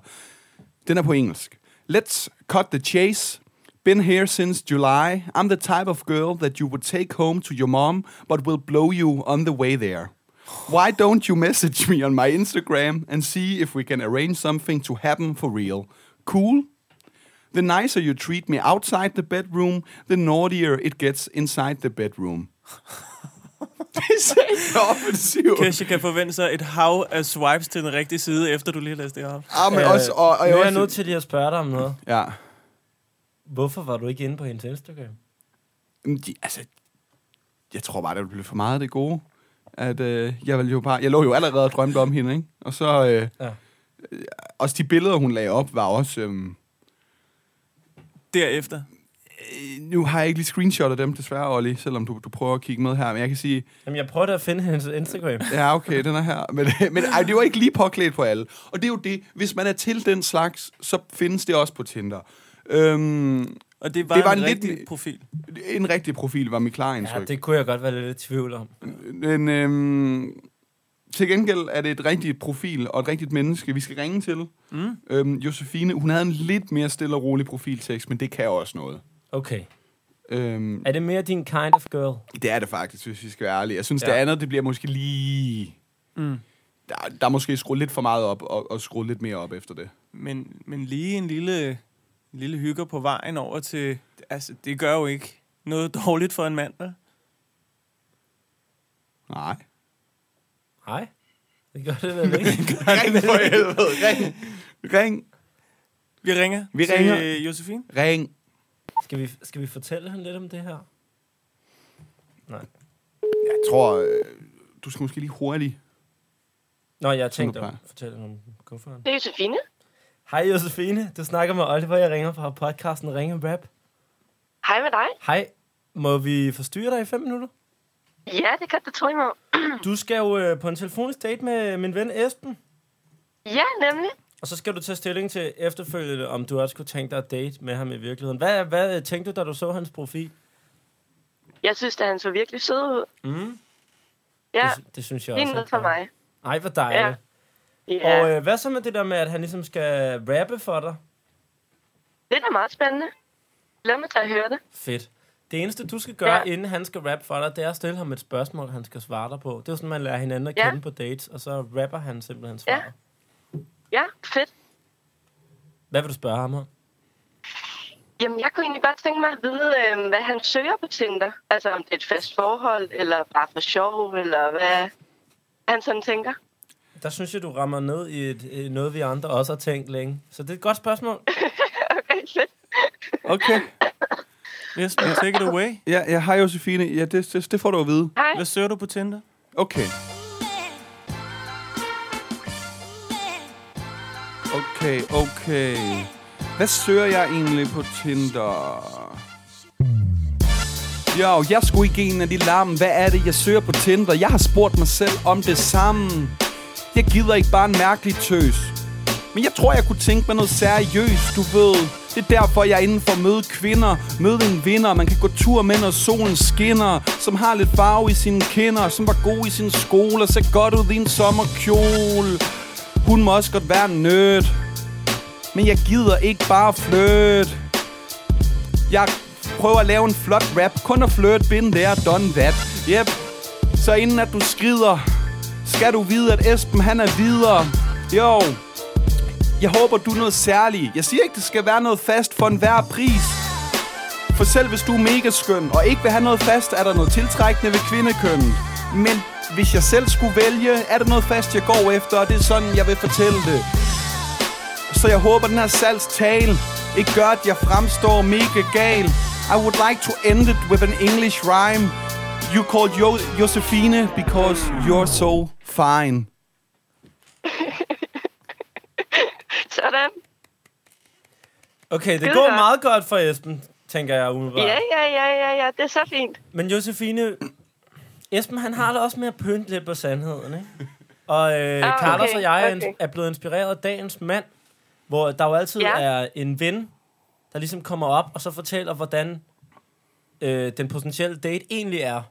S4: Den er på engelsk. Let's cut the chase. Been here since July. I'm the type of girl that you would take home to your mom, but will blow you on the way there. Why don't you message me on my Instagram and see if we can arrange something to happen for real? Cool? The nicer you treat me outside the bedroom, the naughtier it gets inside the bedroom. det er sæt offensivt.
S3: Kesha kan forvente sig et hav af swipes til den rigtige side, efter du lige har læst det op.
S4: Ah, men også, og, og,
S1: nu er
S4: også,
S1: jeg nødt til lige at spørge dig om noget.
S4: Ja.
S1: Hvorfor var du ikke inde på hendes Instagram?
S4: Jamen, De, altså, jeg tror bare, der blev for meget af det gode. At, øh, jeg, ville jo bare, jeg lå jo allerede og drømte om hende, ikke? Og så... Øh,
S1: Ja.
S4: ja. Også de billeder, hun lagde op, var også... Øh,
S3: Derefter.
S4: øh, nu har jeg ikke lige screenshot af dem, desværre, Olli, selvom du, du prøver at kigge med her. Men jeg kan sige,
S1: Jamen, jeg prøvede at finde hendes Instagram.
S4: Ja, okay, den er her. Men, men ej, det var ikke lige påklædt på alle. Og det er jo det, hvis man er til den slags, så findes det også på Tinder. Øhm,
S3: Og det var,
S4: Det var
S3: en,
S4: en lidt-
S3: rigtig profil.
S4: en rigtig profil var mit klare
S1: Ja,
S4: indtryk. Ja,
S1: det kunne jeg godt være lidt i tvivl om.
S4: det... Men øhm, til gengæld er det et rigtigt profil og et rigtigt menneske, vi skal ringe til. Mm. Øhm, Josefine, hun havde en lidt mere stille og rolig profiltekst, men det kan også noget.
S1: Okay.
S4: Øhm,
S1: Er det mere din kind of girl?
S4: det er det faktisk, hvis vi skal være ærlige. Jeg synes,
S1: Ja.
S4: ja. det andet, det bliver måske lige... Mm. Der, der er måske skruet lidt for meget op, og, og skruet lidt mere op efter det.
S3: Men, men lige en lille, en lille hygger på vejen over til... Altså, det gør jo ikke noget dårligt for en mand, vel?
S4: Nej.
S1: Nej. Det gør det vel ikke.
S4: Ring for helvede. Ring. Ring.
S3: Vi ringer
S4: Vi
S3: til øh,
S4: ringer.
S3: Josefine.
S4: Ring.
S1: Skal vi, skal vi fortælle hende lidt om det her? Nej.
S4: Jeg tror, øh, du skal måske lige hurtigt.
S1: Nå, jeg har tænkt
S4: du
S1: at
S4: plejer.
S1: fortælle hende om kufferen.
S6: Det er Josefine.
S1: Hej Josefine, du snakker med Oliver, jeg ringer fra podcasten Ringe Rap.
S6: Hej med dig.
S1: Hej, må vi forstyrre dig i fem minutter?
S6: Ja, det kan du tro mig.
S1: Du skal jo øh, på en telefonisk date med min ven Esben,
S6: Ja, nemlig.
S1: og så skal du tage stilling til efterfølgende, om du også kunne tænke dig at date med ham i virkeligheden. Hvad, hvad øh, tænkte du, da du så hans profil?
S6: Jeg synes, at han så virkelig sød ud.
S1: Mm.
S6: Ja,
S1: Det, det synes jeg
S6: det
S1: også.
S6: er noget
S1: at-
S6: for mig.
S1: Ej, hvor dejligt.
S6: Ja.
S1: Ja.
S6: Ja,
S1: Og øh, hvad så med det der med, at han ligesom skal rappe for dig?
S6: det er da meget spændende. Lad mig tage og høre det.
S1: Fedt. Det eneste, du skal gøre, ja.
S5: Ja.
S1: inden han skal rappe for dig, det er at stille ham et spørgsmål, han skal svare dig på. Det er jo sådan, man lærer hinanden at
S5: Ja.
S1: kende på dates, og så rapper han simpelthen
S5: Ja.
S1: svaret. Ja.
S5: Ja, fedt.
S1: Hvad vil du spørge ham om?
S5: Jamen, jeg kunne egentlig godt tænke mig at vide, øh, hvad han søger på Tinder. Altså, om det er et fast forhold, eller bare for sjov, eller hvad han sådan tænker.
S1: Der synes jeg, du rammer ned i et, i noget, vi andre også har tænkt længe. Så det er et godt spørgsmål.
S5: Okay, fedt.
S3: Okay. Jesper, take it away.
S4: Ja, ja hej Josefine. Ja, det, det, det får du at vide.
S5: Hej.
S3: Hvad søger du på Tinder?
S4: Okay. Okay, okay. Hvad søger jeg egentlig på Tinder? Jo, jeg skulle ikke en af de larme. Hvad er det, jeg søger på Tinder? Jeg har spurgt mig selv om det samme. Jeg gider ikke bare en mærkelig tøs. Men jeg tror, jeg kunne tænke mig noget seriøst, du ved. Det er derfor, jeg er inden for at møde kvinder. Møde en vinder, man kan gå tur med, når solen skinner. Som har lidt farve i sine kinder, som var god i sin skole og ser godt ud i en sommerkjole. Hun må også godt være en nerd. Men jeg gider ikke bare flytte. Jeg prøver at lave en flot rap. Kun at flirt, been there, done that. Yep. Så inden at du skrider, skal du vide, at Esben han er videre. Jo, jeg håber, du er noget særligt. Jeg siger ikke, det skal være noget fast for enhver pris. For selv hvis du er mega skøn og ikke vil have noget fast, er der noget tiltrækkende ved kvindekønnet. Men hvis jeg selv skulle vælge, er der noget fast, jeg går efter, og det er sådan, jeg vil fortælle det. Så jeg håber, den her salgstale ikke gør, at jeg fremstår mega gal. I would like to end it with an English rhyme. You called jo- Josephine because you're so fine.
S5: Sådan.
S1: Okay, det
S5: Skide
S1: går
S5: godt.
S1: meget godt for Esben, tænker jeg umiddelbart.
S5: Ja, ja, ja, ja, ja. Det er så fint.
S1: Men Josefine, Esben han har det også med at pynte lidt på sandheden, ikke? Og øh, ah,
S5: Ah,
S1: Carlos
S5: okay,
S1: og jeg er,
S5: okay.
S1: ins- er blevet inspireret af dagens mand, hvor der jo altid ja.
S5: Ja.
S1: er en ven, der ligesom kommer op og så fortæller, hvordan øh, den potentielle date egentlig er,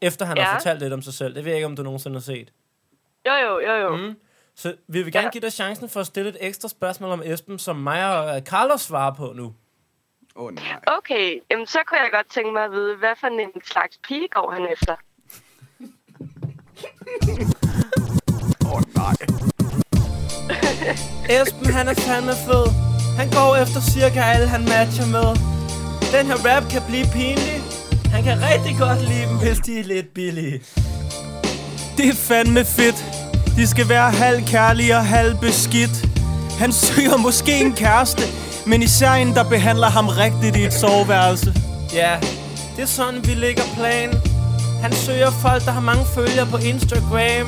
S1: efter han ja. har
S5: Ja.
S1: fortalt lidt om sig selv. Det ved jeg ikke, om du nogensinde har set.
S5: Jo, jo, jo, jo.
S1: Mm. Så vi vil gerne
S5: Ja.
S1: give dig chancen for at stille et ekstra spørgsmål om Esben, som mig og øh, Carlos svarer på nu.
S4: Åh oh, nej.
S5: Okay, jamen, så kunne jeg godt tænke mig at vide, hvad for en slags pige går han efter?
S1: Esben, han er fandme fed. Han går efter cirka alle, han matcher med. Den her rap kan blive pinlig. Han kan rigtig godt lide dem, hvis de er lidt billige.
S3: Det er fandme fedt. De skal være halv kærlige og halv beskidt. Han søger måske en kæreste, men især en, der behandler ham rigtigt i et soveværelse.
S1: Ja, det er sådan, vi ligger plan. Han søger folk, der har mange følgere på Instagram.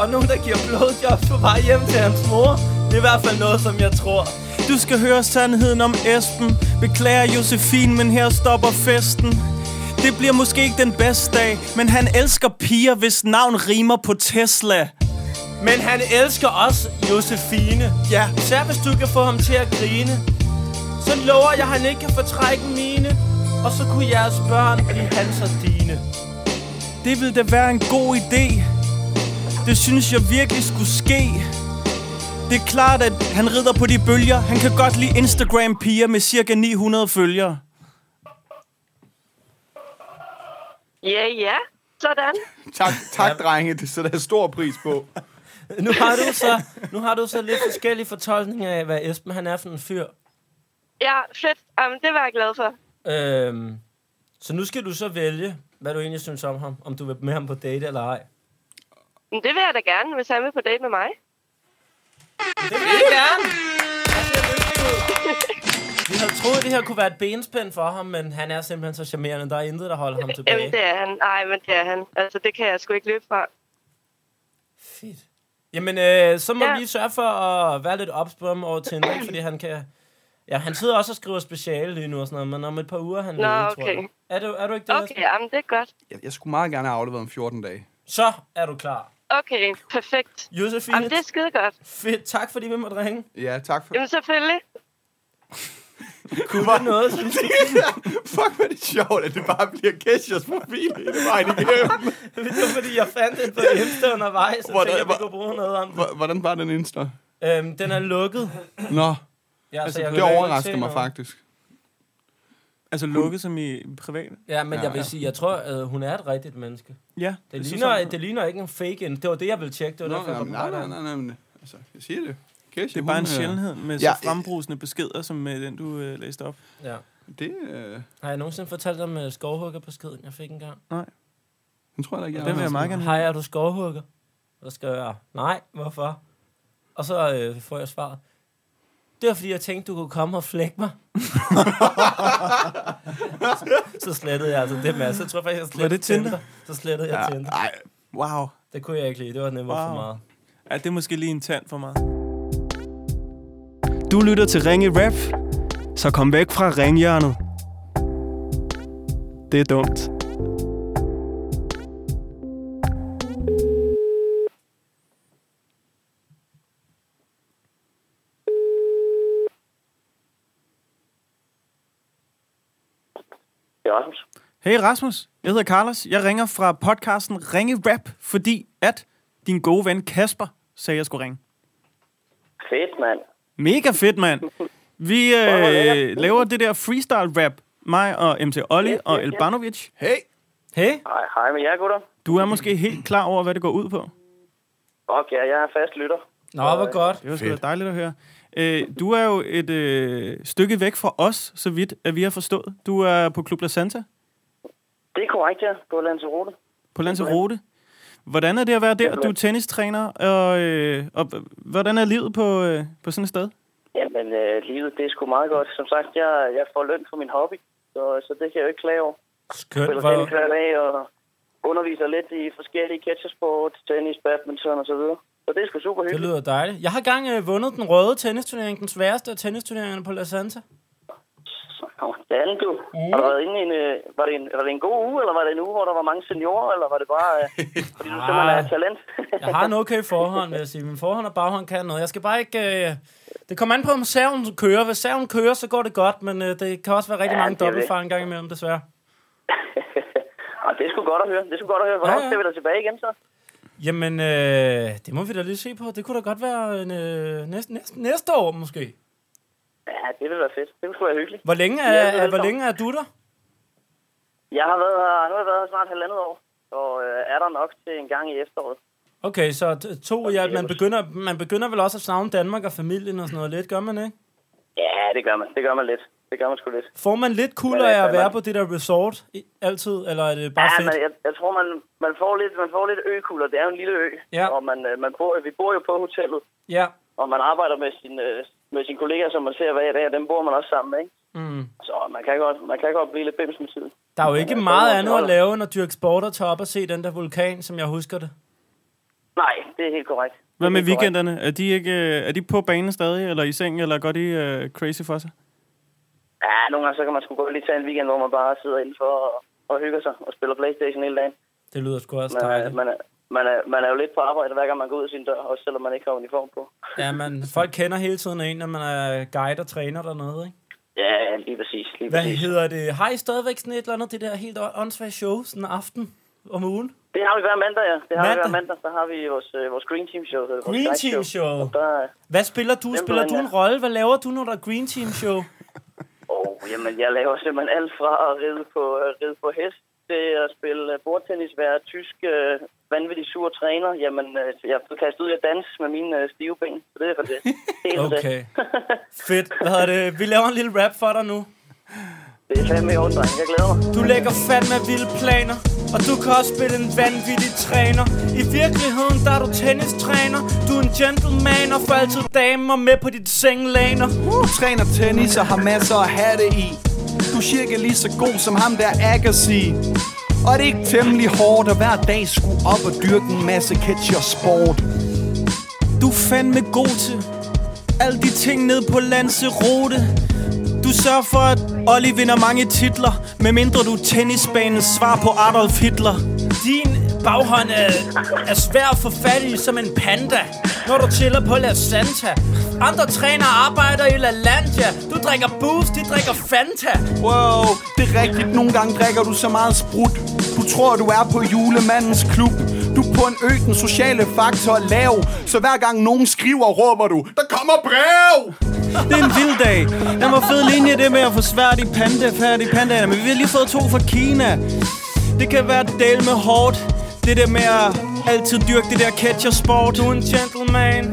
S1: Og nogen, der giver blowjobs på vej hjem til hans mor. Det er i hvert fald noget, som jeg tror.
S3: Du skal høre sandheden om Esben. Beklager Josefine, men her stopper festen. Det bliver måske ikke den bedste dag, men han elsker piger, hvis navn rimer på Tesla.
S1: Men han elsker også Josefine.
S3: Ja.
S1: Især hvis du kan få ham til at grine. Så lover jeg, at han ikke kan fortrække mine. Og så kunne jeres børn blive hans og dine.
S3: Det ville da være en god idé. Det synes jeg virkelig skulle ske. Det er klart, at han rider på de bølger. Han kan godt lide Instagram-piger med cirka 900 følgere.
S5: Ja, ja. Sådan.
S4: Tak, tak drenge. Det sætter jeg stor pris på.
S1: Nu har du så, nu har du så lidt forskellige fortolkninger af, hvad Esben han er for en fyr.
S5: Ja, fedt. Jamen, det var jeg glad for.
S1: Øhm, så nu skal du så vælge, hvad du egentlig synes om ham. Om du vil med ham på date eller ej.
S5: Men det vil jeg da gerne, hvis han vil på date med mig.
S1: Vi havde troet, det her kunne være et benspænd for ham, men han er simpelthen så charmerende. Der er intet, der holder ham
S5: Jamen,
S1: tilbage.
S5: det er han. Nej, men det er han. Altså, det kan jeg sgu ikke løbe fra.
S1: Fedt. Jamen, øh, så må ja.
S5: Ja.
S1: vi lige sørge for at være lidt ops på ham over Tinder, fordi han kan... Ja, han sidder også og skriver speciale lige nu og sådan noget, men om et par uger er han
S5: Nå,
S1: ledig, tror
S5: okay.
S1: jeg. Er du, er du ikke det?
S5: Okay,
S1: Asger?
S5: jamen, det er godt.
S4: Jeg, jeg skulle meget gerne have afleveret om 14 dage.
S1: Så er du klar.
S5: Okay, perfekt.
S1: Josefine,
S5: Jamen, det er skide godt.
S1: fedt. Tak fordi vi måtte ringe.
S4: Ja, tak for
S5: Jamen, selvfølgelig.
S1: Kunne vi noget, synes du?
S4: Fuck, hvor er det sjovt, at det bare bliver Keshers profil hele vejen igennem.
S1: Det var fordi, jeg fandt den på Insta undervejs, og
S4: Hvordan-
S1: tænkte, at vi
S4: hvor-
S1: kunne bruge noget om det.
S4: H- Hvordan var den Insta?
S1: Øhm, den er lukket.
S4: Nå,
S1: Ja,
S4: altså,
S1: jeg
S4: det
S1: kan ikke se
S4: overraskede mig
S1: noget.
S4: faktisk.
S3: Altså lukket som i privat?
S1: Ja, men ja,
S4: Ja,
S1: jeg vil
S4: ja.
S1: sige, jeg tror, at øh, hun er et rigtigt menneske.
S3: Ja.
S1: Det,
S3: synes
S1: ligner,
S3: jeg.
S1: det ligner ikke en fake end. Det var det, jeg ville tjekke. Det var
S4: Nå,
S1: derfor, jeg
S4: jamen,
S1: kom
S4: nej,
S1: på
S4: nej,
S1: dig.
S4: nej, nej, men, altså, jeg siger det. Casey,
S3: Det er bare en
S4: hun, øh,
S3: sjældenhed med
S4: Ja,
S3: så
S4: øh.
S3: frembrusende beskeder, som øh, den, du øh, læste op.
S1: Ja.
S4: Det, øh,
S1: Har jeg nogensinde fortalt om uh, skovhugger på skeden, jeg fik engang?
S4: den tror jeg da ikke, jeg
S3: Den vil
S4: har.
S3: jeg meget gerne
S1: Hej, er du skovhugger? Og så skal jeg, nej, hvorfor? Og så øh, får jeg svaret. Det var, fordi jeg tænkte, du kunne komme og flække mig. så slettede jeg altså det med. Så tror jeg faktisk, jeg slettede
S3: Var det Tinder?
S1: Så slettede jeg Tinder.
S4: Nej,
S3: Wow.
S1: Det kunne jeg ikke lide. Det var nemmere wow. for
S3: Wow.
S1: meget.
S3: Ja, det er måske lige en tand for meget. Du lytter til Ringe Rap, så kom væk fra ringhjørnet. Det er dumt.
S5: Det er Rasmus.
S3: Hey Rasmus, jeg hedder Carlos. Jeg ringer fra podcasten Ringe Rap, fordi at din gode ven Kasper sagde, at jeg skulle ringe.
S5: Fedt, mand.
S3: Mega fedt, mand. Vi øh, laver det der freestyle rap, mig og MC Olli og Elbanovic.
S4: hey,
S1: Hey,
S5: Hej, hej med jer, gutter.
S3: Du er måske helt klar over, hvad det går ud på.
S5: Og ja, jeg er fast lytter.
S1: nå, hvor godt.
S3: Det var sgu da dejligt at høre. Øh, du er jo et øh, stykke væk fra os, så vidt at vi har forstået. Du er på Club La Santa
S5: Det er korrekt, ja. På Lanzarote.
S3: på Lanzarote. Hvordan er det at være der? Du er tennistræner, og, øh, og hvordan er livet på, øh, på sådan et sted?
S5: Jamen, øh, livet, det er sgu meget godt. Som sagt, jeg, jeg får løn for min hobby, så, så det kan jeg jo ikke klage over. spiller
S1: Skønt,
S5: tennis
S1: hvor,
S5: hver dag og underviser lidt i forskellige catchersport, tennis, badminton og så videre. Så det er sgu super
S1: det
S5: hyggeligt.
S1: lyder dejligt. Jeg har gang øh, vundet den røde tennisturnering, den sværeste af tennistureringerne på La Santa.
S5: Nå, Dan, du.
S1: Mm.
S5: Har du været inde i en, øh, var, det en, var det en god uge, eller var det en uge, hvor der var mange seniorer, eller var det bare, øh, fordi du simpelthen
S1: Ah.
S5: er talent?
S1: Jeg har en okay forhånd, vil jeg sige. Min forhånd og baghånd kan noget. Jeg skal bare ikke... Øh... Det kommer an på, om serven kører. Hvis serven kører, så går det godt, men øh, det kan også være rigtig
S5: Ja,
S1: ja, mange
S5: det er det.
S1: dobbeltfar en gang imellem, desværre.
S5: Og det er sgu godt at høre. Det er sgu godt at høre. Hvornår
S1: Ja, ja.
S5: ja, ja. vi dig tilbage igen, så?
S1: Jamen, øh, det må vi da lige se på. Det kunne da godt være en, øh, næste, næste, næste år, måske.
S5: Ja, det ville være fedt. Det ville sgu være hyggeligt.
S1: Hvor længe
S5: Ja, det er
S1: er, ja, hvor
S5: velkommen.
S1: længe er du der?
S5: Jeg har været her, nu har jeg været her snart halvandet år, og øh, er der nok til en gang i efteråret.
S1: Okay, så t- to, ja, man
S5: Jamen.
S1: begynder, man begynder vel også at savne Danmark og familien og sådan noget lidt, gør man ikke?
S5: Ja, det gør man. Det gør man lidt. Det gør man sgu lidt.
S1: Får man lidt kulder
S5: Ja, det
S1: af
S5: er
S1: at være
S5: Danmark.
S1: på det der resort i- altid, eller er det bare
S5: altså, Ja, men
S1: fedt?
S5: jeg, jeg tror, man, man, får lidt, man får lidt økugler. Det er jo en lille ø,
S1: Ja.
S5: og man, øh, man bor, vi bor jo på hotellet,
S1: Ja,
S5: og man arbejder med sin, øh, med sine kollegaer, som man ser hver dag, og dem bor man også sammen med. Ikke?
S1: mm.
S5: Så man kan, godt, man kan godt blive lidt bims med tiden.
S1: Der er jo ikke
S5: Ja,
S1: meget
S5: det er
S1: andet at
S5: godt.
S1: lave, end at dyrke sport og tage op og se den der vulkan, som jeg husker det.
S5: Nej, det er helt korrekt.
S3: Hvad med
S5: Det er helt korrekt.
S3: weekenderne? Er de, ikke, øh, er de på banen stadig, eller i seng, eller går de øh, crazy for sig?
S5: Ja, nogle gange så kan man sgu godt lige tage en weekend, hvor man bare sidder indenfor og, og hygger sig og spiller Playstation hele dagen.
S1: Det lyder sgu også
S5: Man, er,
S1: dejligt.
S5: man, er, man, er, man er jo lidt på arbejde, hver gang man går ud af sin dør, også selvom man ikke har uniform på.
S1: Ja, man, folk kender hele tiden en, når man er guide og træner dernede, ikke?
S5: Ja, lige præcis. Lige
S1: Hvad
S5: præcis.
S1: hedder det? Har I stadigvæk sådan et eller andet, det der helt å- åndssvagt show, sådan en aften om ugen?
S5: Det har vi hver mandag, ja. Det har vi
S1: Mandag?
S5: hver mandag. Der har vi vores, øh, vores Green Team Show. øh, vores øh,
S1: Green
S5: guide
S1: Team Show.
S5: Og Der,
S1: Hvad spiller du? Spiller du en rolle? Hvad laver du, når der er Green Team Show?
S5: oh, jamen, jeg laver simpelthen alt fra at ride på, øh, ride på hest til at spille øh, bordtennis, være tysk øh, vanvittig sur træner. Jamen, øh, jeg er blevet kastet ud i at danse med mine øh, stive ben. Så det er for det. Det er for det.
S1: Okay. Fedt. Hvad hedder det? Vi laver en lille rap for dig nu.
S5: Det er fandme i orden, drenge. Jeg glæder mig.
S1: Du lægger fandme vilde planer Og du kan også spille en vanvittig træner I virkeligheden der er du tennistræner Du er en gentleman og får altid damer med på dit sengelaner
S9: Du træner tennis og har masser at have det i Du er cirka lige så god som ham der Agassi Og det er ikke temmelig hårdt at hver dag skulle op og dyrke en masse catch og sport
S3: Du er fandme god til alle de ting ned på Lanserote. Du sørger for, at Olli vinder mange titler, medmindre du er tennisbanens svar på Adolf Hitler.
S1: Din baghånd er, er svær at få fat i som en panda Når du chiller på La Santa Andre træner arbejder i La Landia Du drikker booze, de drikker Fanta
S9: Wow, det er rigtigt, nogle gange drikker du så meget sprut Du tror du er på julemandens klub Du er på en ø, den sociale faktor er lav Så hver gang nogen skriver, råber du Der kommer brev!
S3: Det er en vild dag. Den var fed linje, det med at få svært i panda, færdig pandaerne. Men vi har lige fået to fra Kina. Det kan være del med hårdt. Det der med at altid dyrke det der catcher-sport.
S1: Du er en gentleman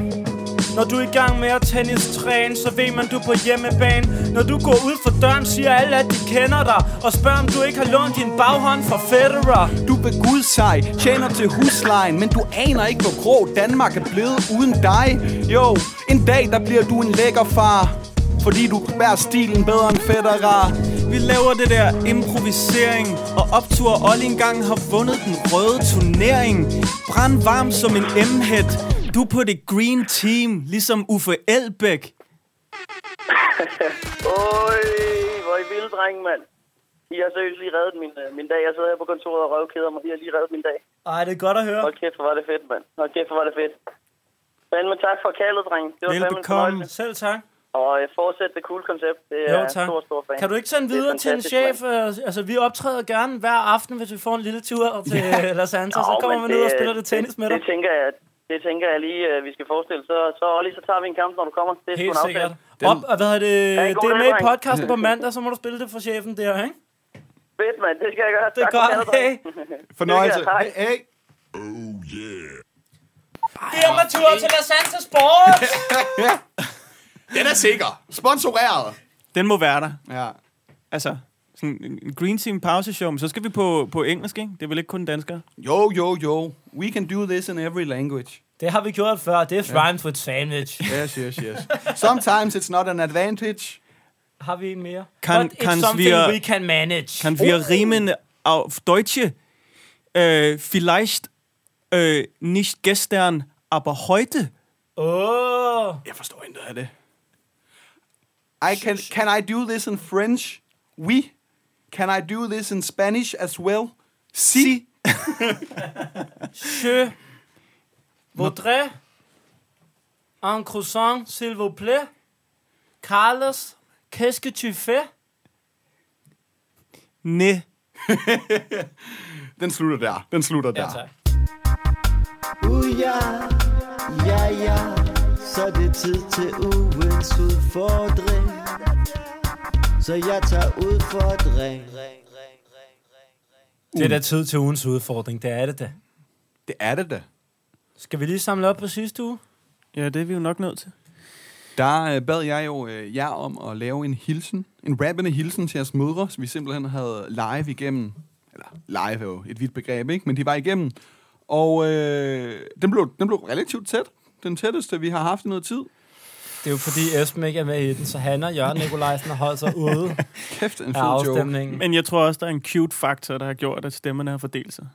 S1: Når du er i gang med at tennistræne Så ved man, du er på hjemmebane Når du går ud for døren, siger alle, at de kender dig Og spørger, om du ikke har lånt din baghånd fra Federer
S9: Du er gudsej, tjener til huslejen, men du aner ikke, hvor grå Danmark er blevet uden dig. Jo, en dag der bliver du en lækker far, fordi du bærer stilen bedre end Federer.
S3: Vi laver det der improvisering Og optur Olli engang har vundet den røde turnering Brandvarm som en M-head Du er på det green team Ligesom Uffe Elbæk
S5: Øj, hvor er I vilde, drenge, mand. I har seriøst lige reddet min, øh, min dag. Jeg sidder her på kontoret og røvkeder mig. I har lige reddet min dag.
S1: Ej, det er godt at høre
S5: Hold kæft, hvor var det fedt, mand. Hold kæft, hvor var det fedt. Fandme tak for kaldet, drenge. Det var fandme en
S3: Velbekomme
S5: fornøjelse.
S1: Selv tak
S5: Og øh, fortsæt det cool koncept. Det er
S1: Jo,
S5: jo,
S1: tak.
S5: stor, stor fan.
S1: Kan du ikke sende
S5: Det er
S1: videre til en
S5: fantastisk,
S1: chef? øh, Altså, vi optræder gerne hver aften, hvis vi får en lille tur til yeah. Los Angeles.
S5: Nå,
S1: Så kommer
S5: men
S1: man ud og
S5: øh,
S1: spiller det tennis med dig.
S5: Det, det tænker jeg, det tænker jeg lige, øh, vi skal forestille. Så, så Olli, så tager vi en kamp, når du kommer. Det er sgu
S1: Helt
S5: en
S1: sikkert.
S5: aftale.
S1: Op, og hvad er det?
S5: Ja, en god
S1: Det er
S5: dag,
S1: med i
S5: dreng.
S1: podcasten på mandag, så må du spille det for chefen der, ikke?
S5: Fedt, mand. Det skal jeg gøre.
S1: Det er
S5: Tak for kaldet,
S1: godt.
S5: drenge.
S1: Hey.
S4: Fornøjelse.
S5: Det gør jeg.
S4: Hey, hey.
S1: Giv mig tur til Los Angeles Sports!
S4: Den er sikker. Sponsoreret.
S3: Den må være der
S4: Ja.
S3: Altså sådan en en green team pause show Men så skal vi på, på engelsk, ikke? Det er vel ikke kun danskere
S4: Jo, jo, jo. We can do this in every language.
S1: Det har vi gjort før. Det er rhymes with sandwich.
S4: Yes, yes, yes. Sometimes it's not an advantage.
S1: Har vi en mere?
S3: Kan-
S1: But it's
S3: kan
S1: something
S3: vi-
S1: we can manage.
S3: Kan vi
S4: Uh!
S3: rimen auf Deutsche øh, Vielleicht øh, nicht gestern Aber heute
S1: Åh!
S4: Jeg forstår intet af det. I can, can I do this in French? We. Oui. Can I do this in Spanish as well? Si.
S1: Je voudrais un croissant, s'il vous plaît. Carlos, qu'est-ce que tu fais?
S3: Ne
S4: Den slutter der. Den slutter der.
S1: tak.
S8: Uh, ja, ja, ja, så det er tid til ugens udfordring. Så jeg tager ud for at ring.
S1: Det er da tid til ugens udfordring. Det er det da.
S4: Det er det da.
S1: Skal vi lige samle op på sidste uge?
S3: Ja, det er vi jo nok nødt til
S4: Der øh, bad jeg jo øh, jer om at lave en hilsen, en rappende hilsen til jeres mødre, som vi simpelthen havde live igennem. Eller live er jo et vidt begreb, ikke? Men de var igennem. Og øh, den, blev, den blev relativt tæt. Den tætteste, vi har haft i noget tid.
S1: Det er jo fordi Esben ikke er med i den, så han og Jørgen Nikolajsen har holdt sig ude
S4: Kæft, en
S1: af
S4: fed joke.
S1: afstemningen.
S3: Men jeg tror også, der er en cute faktor, der har gjort, at stemmerne har fordelt sig.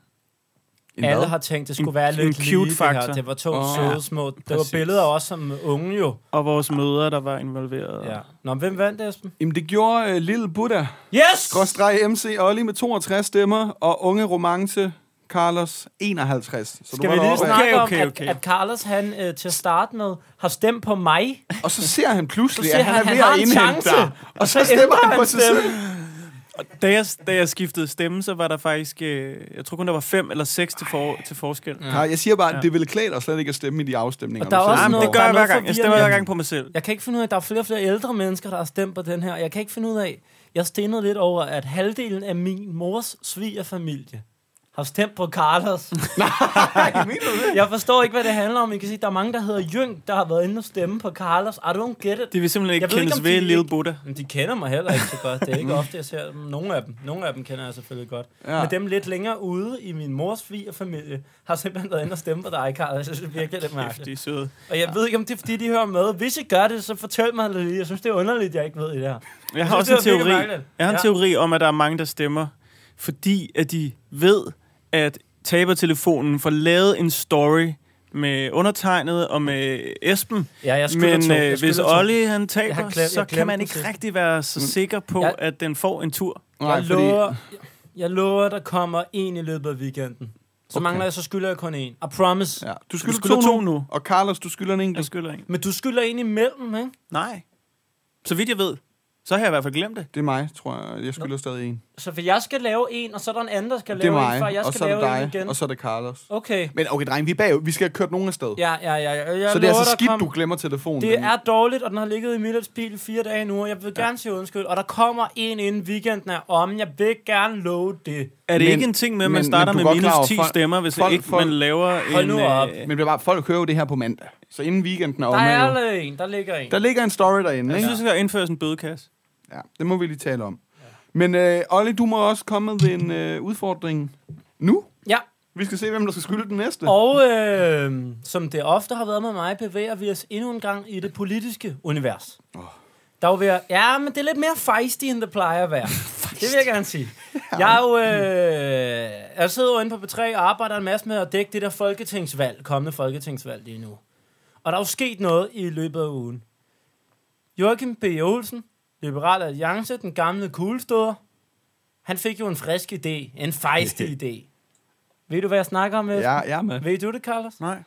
S4: En
S1: Alle
S4: hvad?
S1: har tænkt, det
S3: En-
S1: skulle være
S3: en
S1: lidt
S3: cute
S1: lige det her.
S3: faktor.
S1: Det var to
S4: Åh,
S1: oh,
S4: ja.
S1: søde små. Det var
S3: Præcis.
S1: billeder af os som unge jo.
S3: Og vores mødre, der var involveret.
S1: Ja. Nå, men hvem vandt, Esben?
S4: Jamen, det gjorde øh, Lille Buddha,
S1: Yes!
S4: gråstreg MC Olli med 62 stemmer, og Unge Romance Carlos 51. Så du
S1: Skal vi
S4: var
S1: lige
S4: deroppe af.
S1: snakke okay, okay,
S3: Okay,
S1: om,
S3: okay,
S1: at, at Carlos han øh, til at starte med har stemt på mig?
S4: Og så ser han pludselig,
S1: Så ser
S4: at han,
S1: han,
S4: er
S1: han
S4: ved
S1: har
S4: at
S1: en
S4: indhente
S1: chance.
S4: dig. Og så stemmer
S1: ændrer
S4: han på
S1: han
S4: sig selv.
S3: Da, jeg, da jeg skiftede stemme, så var der faktisk... Øh, jeg tror kun, der var fem eller seks til, for, til forskel. Ja.
S4: Nej, jeg siger bare, at det ville klæde dig slet ikke at stemme i de afstemninger.
S1: Og der er
S4: du selv
S1: også
S3: Nej, men
S4: stemmer
S1: noget-
S3: det
S4: på.
S3: gør
S1: der er
S3: jeg hver
S1: noget
S3: gang. Jeg stemmer
S1: forvirrende.
S3: hver gang på mig selv.
S1: Jeg kan ikke finde ud af, at der er flere og flere ældre mennesker, der har stemt på den her. Jeg kan ikke finde ud af, jeg stenede lidt over, at halvdelen af min mors svigerfamilie har stemt på Carlos. jeg forstår ikke, hvad det handler om. I kan se, der er mange, der hedder Jøng, der har været inde og stemme på Carlos. I don't get it.
S3: Det vil simpelthen ikke
S1: Jeg ved ikke,
S3: kendes
S1: om
S3: ved,
S1: de-
S3: lille Buddha.
S1: Men de kender mig heller ikke så godt. Det er ikke ofte, jeg ser dem. Nogle af dem. Nogle af dem kender jeg selvfølgelig godt.
S4: Ja.
S1: Ja. Men dem lidt længere ude i min mors fri og familie, har simpelthen været inde og stemme på dig, Karl. Jeg synes det virkelig, det er
S3: De er
S1: mærkeligt.
S3: søde.
S1: Og jeg ved ikke, om det er, fordi de hører med. Hvis I gør det, så fortæl mig det lige. Jeg synes, det er underligt, jeg ikke ved i det her.
S3: Jeg har
S1: synes,
S3: også en
S1: det var mega
S3: teori.
S1: mærkeligt.
S3: Jeg har en
S1: Ja.
S3: teori om, at der er mange, der stemmer, fordi at de ved, at tabertelefonen får lavet en story med undertegnet og med Esben.
S1: Ja, jeg skylder
S3: Men
S1: to. Jeg
S3: øh, hvis
S1: skylder to.
S3: Olli han
S1: Jeg
S3: taber,
S1: har
S3: glemt,
S1: glemt- jeg
S3: så kan
S1: glemte
S3: man
S1: den
S3: ikke
S1: sidst. Mm.
S3: rigtig være så sikker på,
S1: Jeg-
S3: at den får en tur.
S4: Nej,
S1: jeg,
S4: fordi
S1: lover, jeg lover, der kommer en i løbet af weekenden. Så okay. mangler jeg, så skylder jeg kun en. I promise. Ja.
S4: Ja. Du skylder,
S3: skylder
S4: to,
S3: to
S4: nu,
S3: nu.
S4: og Carlos, du skylder en
S3: Jeg
S4: enkelt.
S3: skylder ikke.
S1: Men du skylder en imellem, ikke?
S3: Nej. Så vidt jeg ved, så har jeg i hvert fald glemt det.
S4: Det er mig, tror jeg. Jeg skylder stadig en.
S1: Så for jeg skal lave en, og så er der en anden, der skal
S4: Det er
S1: lave en, før
S4: mig,
S1: jeg
S4: og
S1: skal
S4: så er
S1: lave en
S4: det
S1: igen.
S4: dig, og så er det Carlos.
S1: Okay.
S4: Men okay, dreng, vi er bagud. Vi skal have kørt nogen afsted.
S1: Ja, ja, ja. ja. Jeg
S4: så det
S1: lover,
S4: er altså
S1: der
S4: skidt,
S1: kom-
S4: du glemmer telefonen.
S1: Det er dårligt, og den har ligget i Millets bil i fire dage nu, og jeg vil gerne sige undskyld. Og der kommer en inden weekenden er om. Jeg vil gerne love det.
S3: Er det
S4: Men-
S3: ikke en ting med, at man
S4: men-
S3: starter
S4: men
S3: med
S4: du er godt klar
S3: minus
S4: over,
S3: 10
S4: folk-
S3: stemmer, hvis
S4: folk-
S3: ikke
S4: folk-
S3: man laver
S1: Hold
S3: en...
S1: nu op.
S3: øh,
S4: Men det er bare, folk hører jo det her på mandag. Så inden weekenden er
S1: Der
S4: omme,
S1: er
S4: jo.
S1: allerede en. Der ligger en.
S4: der ligger en story derinde,
S3: Jeg
S4: ikke?
S3: synes, der skal indføres en bødekasse.
S4: Ja, det må vi lige tale om. Men øh, Olli, du må også komme med en øh, udfordring nu.
S1: Ja.
S4: Vi skal se, hvem der skal skylde den næste.
S1: Og øh, som det ofte har været med mig, bevæger vi os endnu en gang i det politiske univers. Oh. Der er jo ved at, ja, men det er lidt mere feisty, end det plejer at være. det vil jeg gerne sige. Jeg, er jo, øh, jeg sidder jo inde på B3 og arbejder en masse med at dække det der folketingsvalg, kommende folketingsvalg lige nu. Og der er jo sket noget i løbet af ugen. Joachim B. Olsen, Liberal Alliance, den gamle kuglestøder, han fik jo en frisk idé, en feisty idé. Ved du, hvad jeg snakker om? Esben?
S4: Ja, ja, med.
S1: Ved du det, Carlos?
S3: Nej.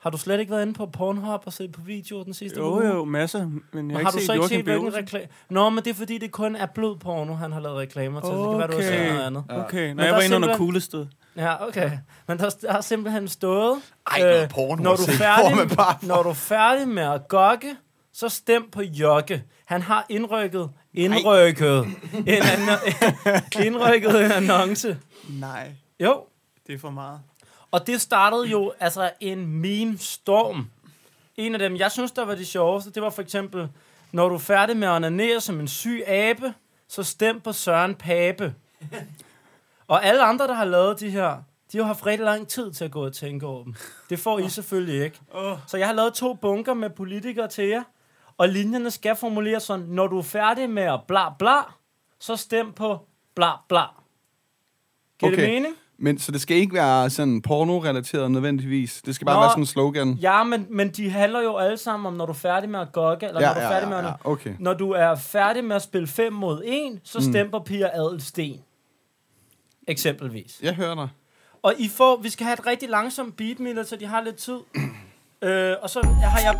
S1: Har du slet ikke været inde på Pornhub og set på videoer den sidste
S3: Jo,
S1: uge?
S3: jo, masser. Men jeg
S1: Har, har
S3: har, ikke
S1: du
S3: set
S1: så ikke set,
S3: Joachim B.
S1: hvilken
S3: Olsen.
S1: reklame? Nå, men det er fordi, det kun er blød porno, han har lavet reklamer til. Okay. Så det kan være, du har set noget andet.
S3: Okay, når
S1: der
S3: jeg var
S1: er
S3: inde under
S1: simpelthen-
S3: kuglested.
S1: Ja, okay. Men der, der har simpelthen stået... øh,
S4: Ej, noget porno
S1: når
S4: at
S1: du,
S4: se
S1: er
S4: på med bare-
S1: færdig, når du er færdig med at gokke, så stem på Jokke. Han har indrykket, indrykket, en, anno- indrykket en annonce.
S3: Nej,
S1: Jo,
S3: det er for meget.
S1: Og det startede jo altså en meme-storm. En af dem, jeg synes, der var de sjoveste, det var for eksempel, når du er færdig med at onanere som en syg abe, så stem på Søren Pape. og alle andre, der har lavet de her, de har haft rigtig lang tid til at gå og tænke over dem. Det får I selvfølgelig ikke. Så jeg har lavet to bunker med politikere til jer, og linjerne skal formuleres sådan, når du er færdig med at bla bla, så stem på bla bla. Giver okay. det
S4: Okay.
S1: mening?
S4: Men så det skal ikke være sådan porno-relateret nødvendigvis. Det skal bare
S1: Nå.
S4: Nå. være sådan en slogan.
S1: Ja, men, men de handler jo alle sammen om, når du er færdig med at gokke, eller ja, når du er færdig med at...
S4: Okay.
S1: Når du er færdig med at spille 5 mod 1, så stemper Pia Adelsten. Eksempelvis.
S4: Jeg hører dig.
S1: Og I får, vi skal have et rigtig langsomt beat, Miller, så de har lidt tid. øh, og så har jeg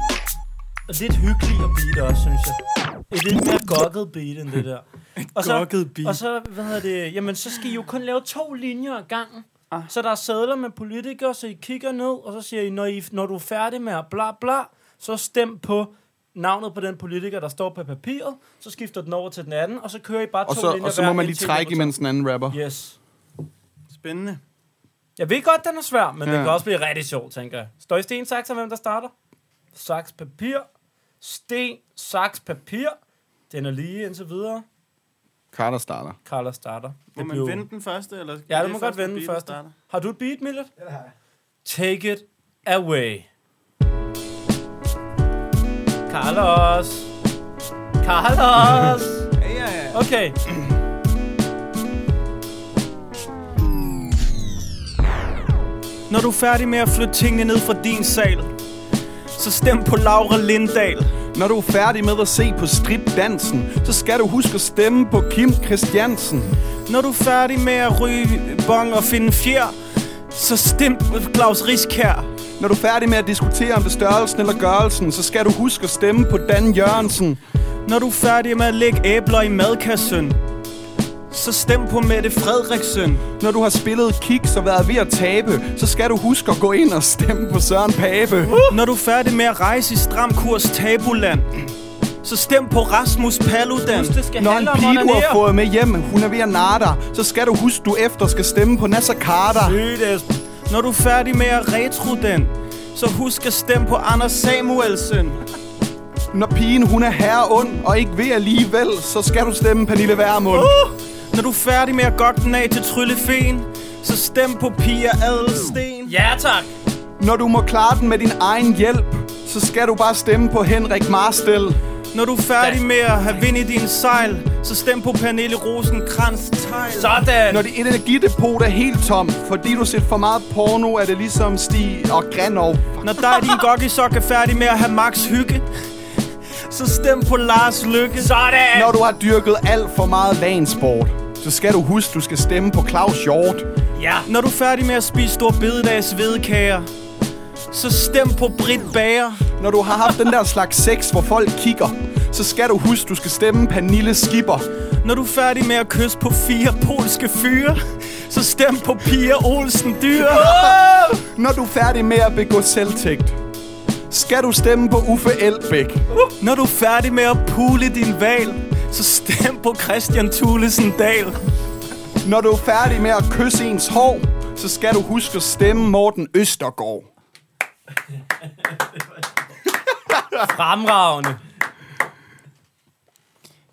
S1: lidt hyggeligere beat også, synes jeg. Et lidt mere gokket beat end det der. Og så,
S3: gokket beat.
S1: Og så, hvad hedder det, jamen så skal I jo kun lave to linjer ad gangen. Ah. Så der er sædler med politikere, så I kigger ned, og så siger I, når, I, når du er færdig med at bla bla, så stem på navnet på den politiker, der står på papiret, så skifter den over til den anden, og så kører I bare
S4: Og
S1: to
S4: så,
S1: linjer
S4: og så
S1: hver,
S4: må man lige
S1: indtil I
S4: trække,
S1: kommer
S4: imens en anden rapper.
S1: til- Yes.
S3: Spændende.
S1: Jeg ved godt, den er svær, men ja. den
S4: Ja.
S1: kan også blive rigtig sjov, tænker jeg. Står i sten, saks, og hvem der starter? Saks, papir. Sten, saks, papir. Den er lige indtil videre.
S4: Carter starter.
S1: Carla starter.
S3: Må man
S1: blev-
S3: vende den første? Eller
S1: Ja,
S3: er
S1: du må godt
S3: første
S1: vende den
S3: beat, der
S1: første.
S3: starter?
S1: Har du et beat, Millet?
S7: Den har jeg.
S1: Take it away. Carlos. Carlos.
S3: Ja, ja, ja.
S1: Okay.
S3: Når du er færdig med at flytte tingene ned fra din sal, så stem på Laura Lindahl.
S4: Når du er færdig med at se på stripdansen, så skal du huske at stemme på Kim Christiansen.
S3: Når du er færdig med at ryge bong og finde fjer, så stem på Claus Risk her.
S4: Når du er færdig med at diskutere om det er størrelsen eller gørelsen, så skal du huske at stemme på Dan Jørgensen.
S3: Når du er færdig med at lægge æbler i madkassen, så stem på Mette Frederiksen.
S4: Når du har spillet kiks og været ved at tabe, så skal du huske at gå ind og stemme på Søren Pape.
S3: Uh! Når du er færdig med at rejse i stram kurs tabuland, så stem på Rasmus Paludan.
S1: Husk, det skal
S4: Når en
S1: handle om
S4: pige, du har
S1: onanere.
S4: fået med hjem, hun er ved at narre dig, så skal du huske, du efter skal stemme på Nasser Carter.
S1: Sygt, Esben.
S3: Når du er færdig med at retro den, så husk at stemme på Anders Samuelsen.
S4: Når pigen, hun er herre ond og ikke ved alligevel, så skal du stemme Pernille Vermund.
S1: Uh!
S3: Når du er færdig med at gokke den af til Tryllefeen, så stem på Pia Adelsten.
S1: Ja, tak.
S4: Når du må klare den med din egen hjælp, så skal du bare stemme på Henrik Marstel.
S3: Når du er færdig med at have vind i dine sejl, så stem på Pernille Rosenkrantz Tejl.
S1: Sådan.
S4: Når dit energidepot er helt tom, fordi du har set for meget porno, er det ligesom Stig og Granov.
S3: Når dig og din gokkesok er færdig med at have max hygge, så stem på Lars Lykke.
S1: Sådan.
S4: Når du har dyrket alt for meget landsport, så skal du huske, du skal stemme på Claus Hjort.
S1: Ja.
S3: Når du er færdig med at spise stor bededags vedkager, så stem på Britt Bager.
S4: Når du har haft den der slags sex, hvor folk kigger,
S10: så skal du huske, du skal stemme Pernille Skipper.
S3: Når du er færdig med at kysse på fire polske fyre, så stem på Pia Olsen Dyr.
S10: Når du er færdig med at begå selvtægt, skal du stemme på Uffe Elbæk.
S3: Når du er færdig med at pule din val, så stem på Christian Thulesen Dahl.
S10: Når du er færdig med at kysse ens hår, så skal du huske at stemme Morten Østergaard.
S1: Fremragende.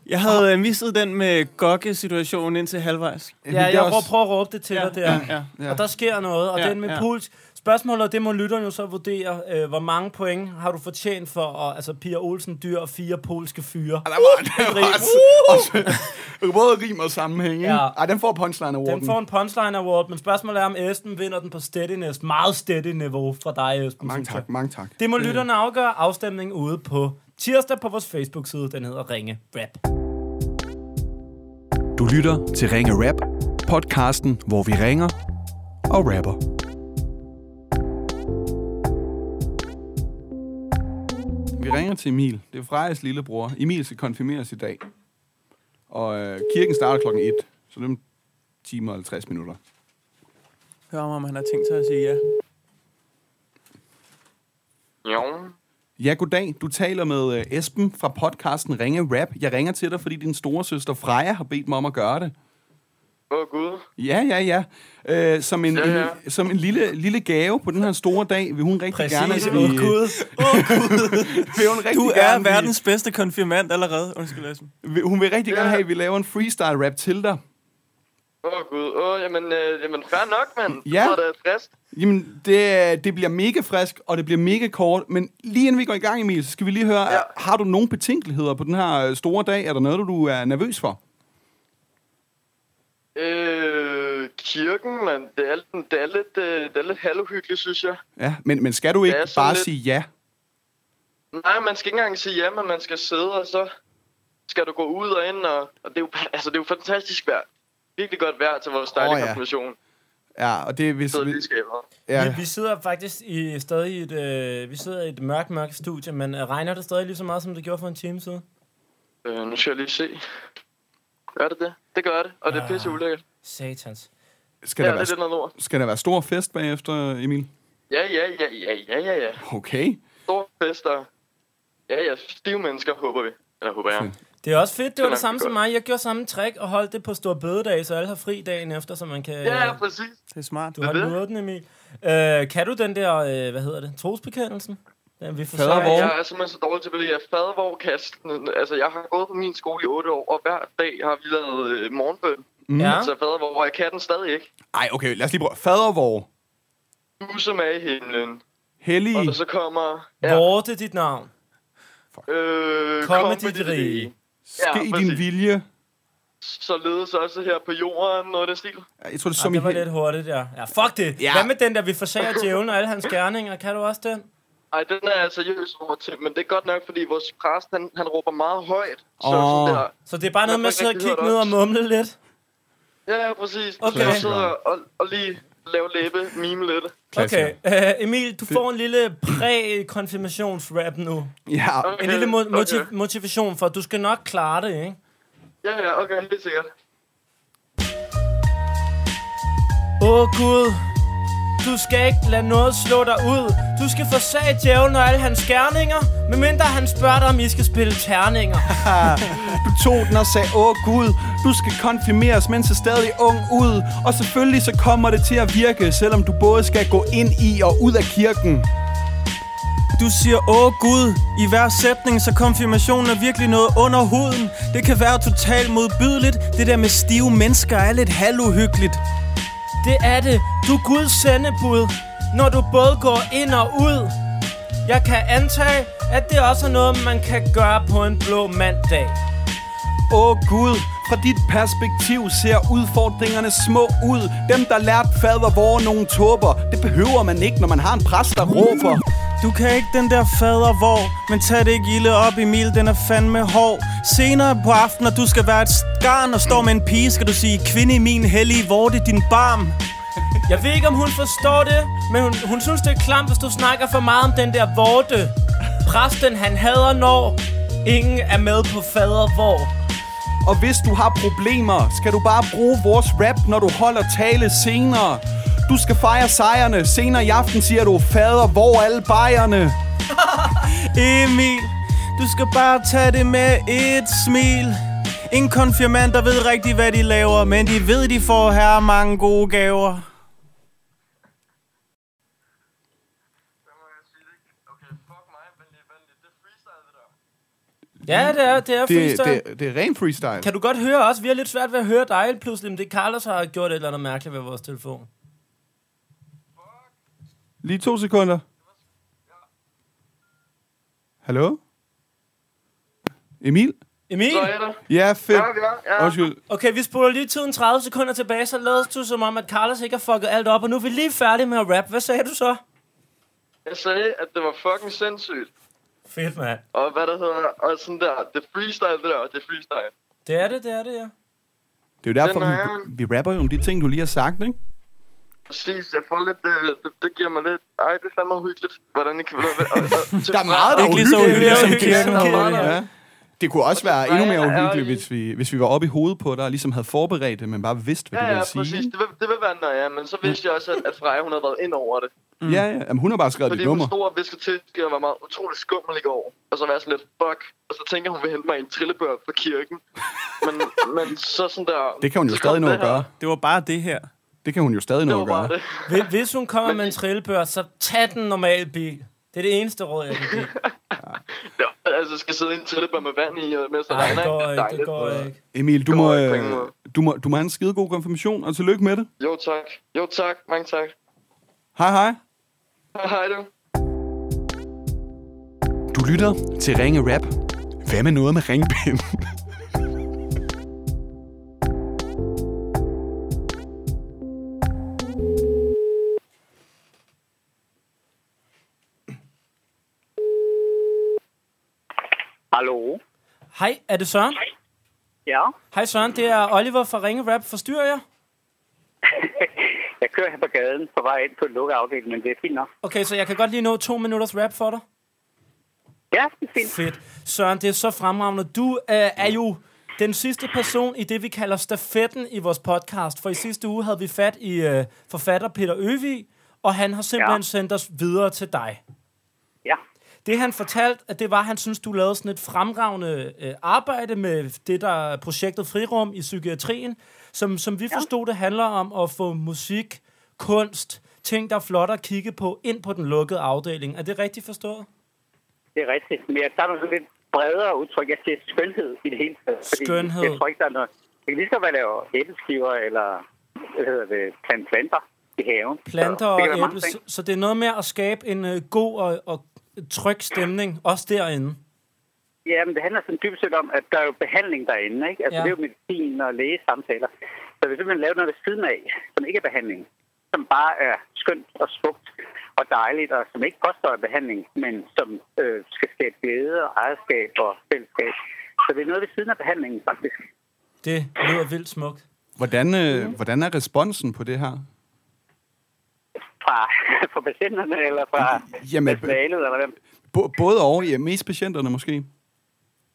S3: Jeg havde øh, misset den med gokke-situationen indtil halvvejs.
S1: Ja, jeg prøver,
S4: også-
S1: prøver at råbe det til dig der.
S3: ja,
S4: ja.
S1: Og der sker noget, og
S3: Ja,
S1: den med
S3: ja.
S1: puls. Spørgsmålet, det må lytteren jo så vurdere, øh, hvor mange point har du fortjent for, og, altså Pia Olsen dyr og fire polske fyre.
S4: Der var, der var også, også, både rim og sammenhæng, ikke?
S1: Ja.
S4: Ja. Ej, den får punchline award.
S1: Den får en punchline award, men spørgsmålet er, om Esben vinder den på steadiness. Meget steady niveau fra dig, Esben.
S4: Mange
S1: synes jeg.
S4: tak, mange tak.
S1: Det må lytterne afgøre afstemningen ude på tirsdag på vores Facebook-side. Den hedder Ringe Rap.
S4: Du lytter til Ringe Rap, podcasten, hvor vi ringer og rapper. Vi ringer til Emil. Det er Frejas lillebror. Emil skal konfirmeres i dag. Og øh, kirken starter klokken 1, så det er om 10 og 50 minutter.
S3: Hør om, om han har tænkt sig at sige ja.
S11: Jo.
S4: Ja, goddag. Du taler med øh, Esben fra podcasten Ringe Rap. Jeg ringer til dig, fordi din store søster Freja har bedt mig om at gøre det.
S11: Åh, oh, Gud.
S4: Ja, ja, ja. Øh, som en,
S11: Ja,
S4: ja,
S11: ja.
S4: ja. En, som en lille, lille gave på den her store dag, vil hun rigtig gerne...
S1: Præcis.
S4: blive-
S1: Åh, Gud.
S4: vil hun rigtig
S3: Du er
S4: gerne blive-
S3: verdens bedste konfirmand allerede. Undskyld, Esben.
S4: vil- hun vil rigtig gerne
S11: Ja.
S4: have, at vi laver en freestyle-rap til dig.
S11: Åh, oh, Gud. Åh, oh, jamen, øh, jamen, fair nok, mand.
S4: Ja.
S11: Det var da frist.
S4: Jamen, det, det bliver mega frisk, og det bliver mega kort, men lige inden vi går i gang, Emil, så skal vi lige høre, ja. har du nogen betænkeligheder på den her øh, store dag? Er der noget, du er nervøs for?
S11: Øh, kirken, mand. Det er, lidt- det er lidt, øh, det er lidt halvuhyggeligt, synes jeg.
S4: Ja, men, men skal du ikke
S11: Ja,
S4: ja,
S11: sådan
S4: bare
S11: lidt.
S4: lidt... sige ja?
S11: Nej, man skal ikke engang sige ja, men man skal sidde, og så skal du gå ud og ind, og, og det, er jo, altså, det er jo fantastisk vejr. Virkelig godt vejr til vores dejlige
S4: Åh,
S11: oh,
S4: ja.
S11: ja. konfirmation.
S4: Ja, og det er hvis...
S11: Så vi skaber.
S1: Ja.
S4: Ja.
S1: Vi, vi sidder faktisk i, stadig i et, øh, vi sidder i et mørkt, mørkt studie, men øh, regner det stadig lige så meget, som det gjorde for en time siden?
S11: Øh, nu skal jeg lige se. Gør det det? Det gør det, og det er pisse ulækkert.
S1: Satans.
S4: Skal,
S11: Ja,
S4: der
S11: det er det
S4: være,
S11: noget lort.
S4: skal der være stor fest bagefter, Emil?
S11: Ja, ja, ja, ja, ja, ja, ja.
S4: Okay.
S11: Store fester. Ja, ja, stive mennesker, håber vi. Eller håber jeg.
S1: Det er også fedt, det
S11: er
S1: var det
S11: nok
S1: samme som
S11: godt.
S1: mig. Jeg gjorde samme trick og holdt det på stor bødedag, så alle har fri dagen efter, så man kan...
S11: Ja, ja, præcis.
S3: Det er smart.
S1: du har
S11: det.
S1: luret den, Emil. Øh, kan du den der, øh, hvad hedder det, trosbekendelsen? Den vi får
S4: Fadervor.
S1: sagt.
S11: Jeg er simpelthen så dårlig til det. Jeg fader kasten. Altså, jeg har gået på min skole i otte år, og hver dag har vi lavet øh, morgenbøn.
S4: Mm.
S1: Ja.
S11: Så fader hvor jeg kan den stadig ikke.
S4: Ej, okay, lad os lige prøve. Fadervor,
S11: Du som er i himlen.
S4: hellig,
S11: Og så kommer...
S1: Vorte dit navn.
S11: øh,
S1: Kom
S11: kom
S1: med dit rige.
S11: Ja,
S4: ske ja, din
S11: præcis.
S4: vilje.
S11: Således også her på jorden, noget af den stil.
S4: Jeg tror, det er
S1: Som
S4: som
S1: det
S4: i
S1: var
S4: hel-
S1: lidt hurtigt, ja. Ja, fuck det. Ja.
S4: Ja.
S1: Hvad med den der, vi forsager djævlen og alle hans gerninger? Kan du også den?
S11: Ej, den er jeg seriøst over til, men det er godt nok, fordi vores præst, han, han råber meget højt. Så
S4: Åh.
S11: oh. der,
S1: Så det er bare
S11: Jeg
S1: noget med
S11: får
S1: at sidde og
S11: ikke rigtig
S1: kigge
S11: hørt
S1: ned
S11: op.
S1: og mumle lidt.
S11: ja, ja, præcis.
S1: Okay.
S11: Så sidder jeg og, og lige lave læbe, mime lidt.
S1: Okay, uh, Emil, du får en lille præ-konfirmations-rap nu.
S4: Ja,
S11: Okay.
S1: En lille mo- motiv-
S11: okay.
S1: motivation for, at du skal nok klare det, ikke?
S11: Ja, ja, okay, helt sikkert.
S1: Åh oh, Gud, du skal ikke lade noget slå dig ud. Du skal forsage djævlen og alle hans gerninger, medmindre han spørger dig, om I skal spille terninger.
S10: Du tog den og sagde, åh Gud, du skal konfirmeres, mens du er stadig ung ud. Og selvfølgelig så kommer det til at virke, selvom du både skal gå ind i og ud af kirken.
S3: Du siger, åh Gud, i hver sætning, så konfirmationen er virkelig noget under huden. Det kan være totalt modbydeligt. Det der med stive mennesker er lidt halvuhyggeligt.
S1: Det er det. Du er Guds sendebud, når du både går ind og ud. Jeg kan antage, at det også er noget, man kan gøre på en blå mandag.
S10: Åh Gud, fra dit perspektiv ser udfordringerne små ud. Dem, der lærte fader vore nogle tåber, det behøver man ikke, når man har en præst, der råber.
S3: Du kan ikke den der fader hvor, men tag det ikke ilde op, Emil, den er fandme hård. Senere på aftenen, når du skal være et skarn og står med en pige, skal du sige, kvinde i min hellige vorte, din barm.
S1: Jeg ved ikke, om hun forstår det, men hun, hun synes, det er klamt, hvis du snakker for meget om den der vorte. Præsten, han hader når Ingen er med på fader hvor.
S9: Og hvis du har problemer, skal du bare bruge vores rap, når du holder tale senere. Du skal fejre sejrene. Senere i aften siger du, fader, hvor er alle bajerne?
S3: Emil, du skal bare tage det med et smil. Ingen konfirmander ved rigtig, hvad de laver, men de ved, de får her mange gode gaver.
S1: Ja, det er, det er
S4: Det,
S1: freestyle.
S4: det, det er ren freestyle.
S1: Mm. Kan du godt høre os? Vi har lidt svært ved at høre dig pludselig, men det er Carlos har gjort et eller andet mærkeligt ved vores telefon.
S4: Lige to sekunder. Hallo? Emil?
S1: Emil?
S5: Så er der.
S4: Ja, fedt.
S5: Ja, ja, ja.
S4: Undskyld.
S1: Okay, vi spoler lige tiden 30 sekunder tilbage, så lad os du som om, at Carlos ikke har fucket alt op, og nu er vi lige færdige med at rap. Hvad sagde du så?
S5: Jeg sagde, at det var fucking sindssygt.
S1: Fedt, mand.
S5: Og hvad det hedder, og sådan der. Det er freestyle, det der. Det er freestyle.
S1: Det er det, det er det, ja.
S4: Det er jo derfor,
S5: Den er-
S4: vi, vi rapper jo om de ting, du lige har sagt, ikke?
S5: Præcis, jeg får lidt,
S11: øh,
S5: det, det, det giver mig lidt, ej, det er fandme hyggeligt, hvordan I kan blive ved. Og, og,
S4: Der er meget, der er
S3: Ikke lige så
S4: uhyggeligt.
S3: uhyggeligt som
S1: uhyggeligt.
S3: kirken.
S1: Kirken.
S3: har været.
S4: Ja. Det kunne også være
S5: Freja
S4: endnu mere
S5: er
S4: uhyggeligt,
S5: jo-
S4: hvis vi, hvis vi var oppe i hovedet på dig og ligesom havde forberedt det, men bare vidste, hvad
S5: Ja,
S4: du
S5: ja,
S4: ville sige.
S5: præcis, det vil, det vil være nøje, ja, men så vidste jeg også, at, at Freja, hun havde været ind over det.
S4: Mm. Ja, ja. Jamen, hun har bare skrevet
S5: Fordi
S4: dit
S5: hun
S4: nummer.
S5: stod og viskede til, at jeg var meget utrolig skummel i går. Og så var jeg sådan lidt, fuck. Og så tænker jeg, hun vil hente mig en trillebør fra kirken. Men, men så sådan der...
S4: Det kan hun jo
S5: så kom
S4: stadig nå
S5: det
S4: at
S5: her.
S4: gøre.
S3: Det var bare det her.
S4: Det kan hun jo stadig
S5: Det
S4: nå
S5: var
S4: at
S5: bare
S4: gøre.
S5: det.
S1: Hvis- Hvis hun kommer med en trillebør, så tag den normale bil. Det er det eneste råd, jeg kan give.
S5: Ja, altså, skal sidde i en trillebør med vand i, og mens der
S1: Nej,
S5: regner,
S1: det går
S5: er
S1: ikke, det
S5: dejligt.
S1: går ikke.
S4: Emil, du
S5: Det
S4: må,
S5: går ikke på ingen
S4: øh,
S5: måde.
S4: du må, du må have en skide god konfirmation, og tillykke med det.
S5: Jo tak, jo tak, mange tak.
S4: Hej hej.
S5: Hej du.
S4: Du lytter til Ringe Rap. Hvad med noget med ringbind?
S12: Hallo?
S1: Hej, er det Søren?
S12: Ja?
S1: Hej Søren, det er Oliver fra Ringe Rap. Forstyrrer jeg?
S12: Jeg kører her på gaden på vej ind på en lukket afdeling, men det er fint nok.
S1: Okay, så jeg kan godt lige nå to minutters rap for dig.
S12: Ja, det er fint.
S1: Fedt. Søren, det er så fremragende. Du øh, er jo den sidste person i det, vi kalder stafetten i vores podcast. For i sidste uge havde vi fat i øh, forfatter Peter Øvig, og han har simpelthen ja.
S12: Ja.
S1: sendt os videre til dig.
S12: Ja.
S1: Det han fortalte, at det var, at han synes, du lavede sådan et fremragende øh, arbejde med det der projektet Frirum i psykiatrien, som, som vi forstod, det handler om at få musik, kunst, ting, der er flot at kigge på, ind på den lukkede afdeling. Er det rigtigt forstået?
S12: Det er rigtigt. Men jeg tager nogle lidt bredere udtryk. Jeg siger skønhed i det hele taget. fordi
S1: Skønhed.
S12: Jeg tror ikke, der er noget. Jeg kan lige så godt lave æbleskiver eller hvad hedder det, plant planter i haven.
S1: planter
S12: Så det kan
S1: og
S12: være mange
S1: æble.
S12: ting.
S1: Så, så det er noget med at skabe en øh, god og, og tryg stemning, også derinde.
S12: Ja, men det handler sådan dybest set om, at der er jo behandling derinde, ikke? Altså,
S1: Ja.
S12: ja. det er jo medicin og lægesamtaler. Så hvis man laver noget ved siden af, som ikke er behandling, som bare er skønt og smukt og dejligt, og som ikke påstår er behandling, men som øh, skal skabe glæde og ejerskab og fællesskab. Så det er noget ved siden af behandlingen, faktisk.
S1: Det lyder vildt smukt.
S4: Hvordan, øh, hvordan er responsen på det her?
S12: Fra, fra patienterne eller fra
S4: Jamen,
S12: personalet, eller hvem.
S4: B- både og, ja, mest patienterne måske.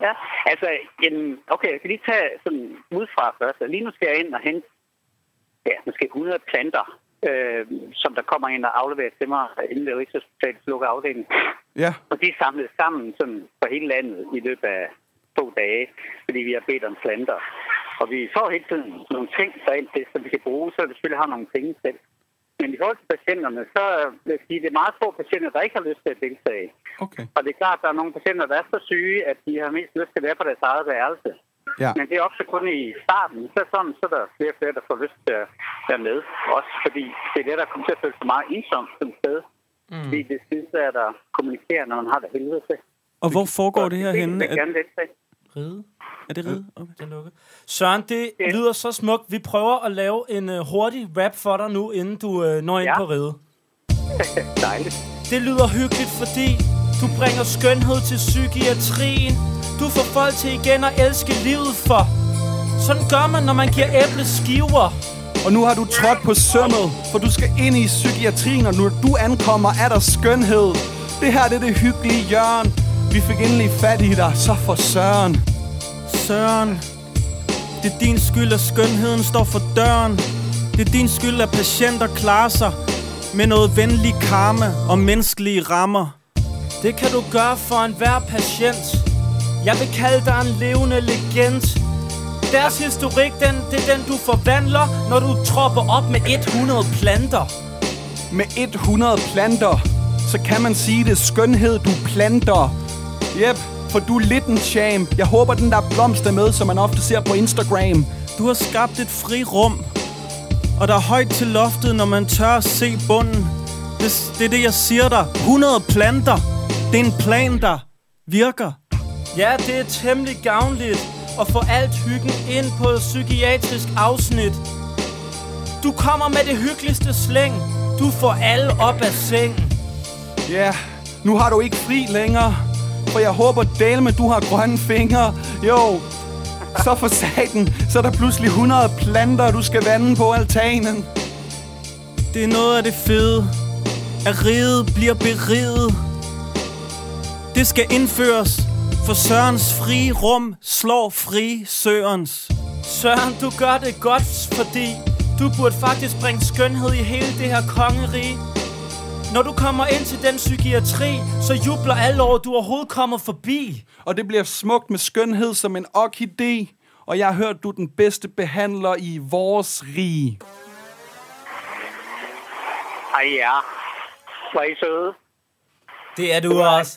S12: Ja, altså, en, okay, jeg kan lige tage sådan udefra først. Lige nu skal jeg ind og hente ja, måske 100 planter, øh, som der kommer ind og afleverer til mig inden ved Rigshospitalets lukkede afdeling.
S4: Ja,
S12: Og de er samlet sammen sådan, fra hele landet i løbet af to dage, fordi vi har bedt om planter. Og vi får hele tiden nogle ting derind til, som vi kan bruge, så vi selvfølgelig har nogle penge selv. Men i forhold til patienterne, så øh, vil jeg sige, det er meget få patienter, der ikke har lyst til at deltage.
S4: okay.
S12: Og det er klart, at der er nogle patienter, der er så syge, at de har mest lyst til at være på deres eget værelse.
S4: Ja.
S12: Men det er ofte kun i starten, så, sådan, så er der flere og flere, der får lyst til at være med. Også fordi det er det, der kommer til at føle sig meget ensomt som sted. Mm. Fordi det sidste er, der kommunikerer, når man har det helvede til.
S3: Og hvor foregår det her
S12: Det vil
S3: henne?
S12: jeg
S3: Er,
S12: gerne deltage.
S1: Ride,
S3: er det ride? Okay.
S1: den lukker. Søren, det lyder så smukt. Vi prøver at lave en øh, hurtig rap for dig nu, inden du øh, når ind
S12: Ja.
S1: på ride.
S12: Dejligt.
S1: Det lyder hyggeligt, fordi du bringer skønhed til psykiatrien. Du får folk til igen at elske livet for. Sådan gør man, når man giver æbleskiver.
S9: Og nu har du trådt på sømmet, for du skal ind i psykiatrien, og når du ankommer, er der skønhed. Det her det er det hyggelige hjørne. Vi fik endelig fat i dig, så for søren.
S3: Søren. Det er din skyld, at skønheden står for døren. Det er din skyld, at patienter klarer sig med noget venlig karma og menneskelige rammer.
S1: Det kan du gøre for enhver patient. Jeg vil kalde dig en levende legend. Deres historik, den, det er den, du forvandler, når du tropper op med 100 planter.
S9: Med 100 planter, så kan man sige det er skønhed, du planter. Jep, for du er lidt en champ. Jeg håber, den der blomst er med, som man ofte ser på Instagram.
S3: Du har skabt et frirum, og der er højt til loftet, når man tør at se bunden. Det, det er det, jeg siger dig. 100 planter. Det er en plan, der virker.
S1: Ja, det er temmelig gavnligt at få alt hyggen ind på et psykiatrisk afsnit. Du kommer med det hyggeligste slæng. Du får alle op af sengen.
S9: Ja, yeah. nu har du ikke fri længere, for jeg håber dælme, du har grønne fingre. Jo, så for satan, så er der pludselig 100 planter, du skal vande på altanen.
S3: Det er noget af det fede, at riget bliver beriget. Det skal indføres, for Sørens frie rum slår fri Sørens.
S1: Søren, du gør det godt, fordi du burde faktisk bringe skønhed i hele det her kongerige. Når du kommer ind til den psykiatri, så jubler alle over, at du overhovedet kommer forbi.
S9: Og det bliver smukt med skønhed som en orkidé. Og jeg har hørt, du er den bedste behandler i vores rige.
S12: Ej ja, var I søde?
S1: Det er du også.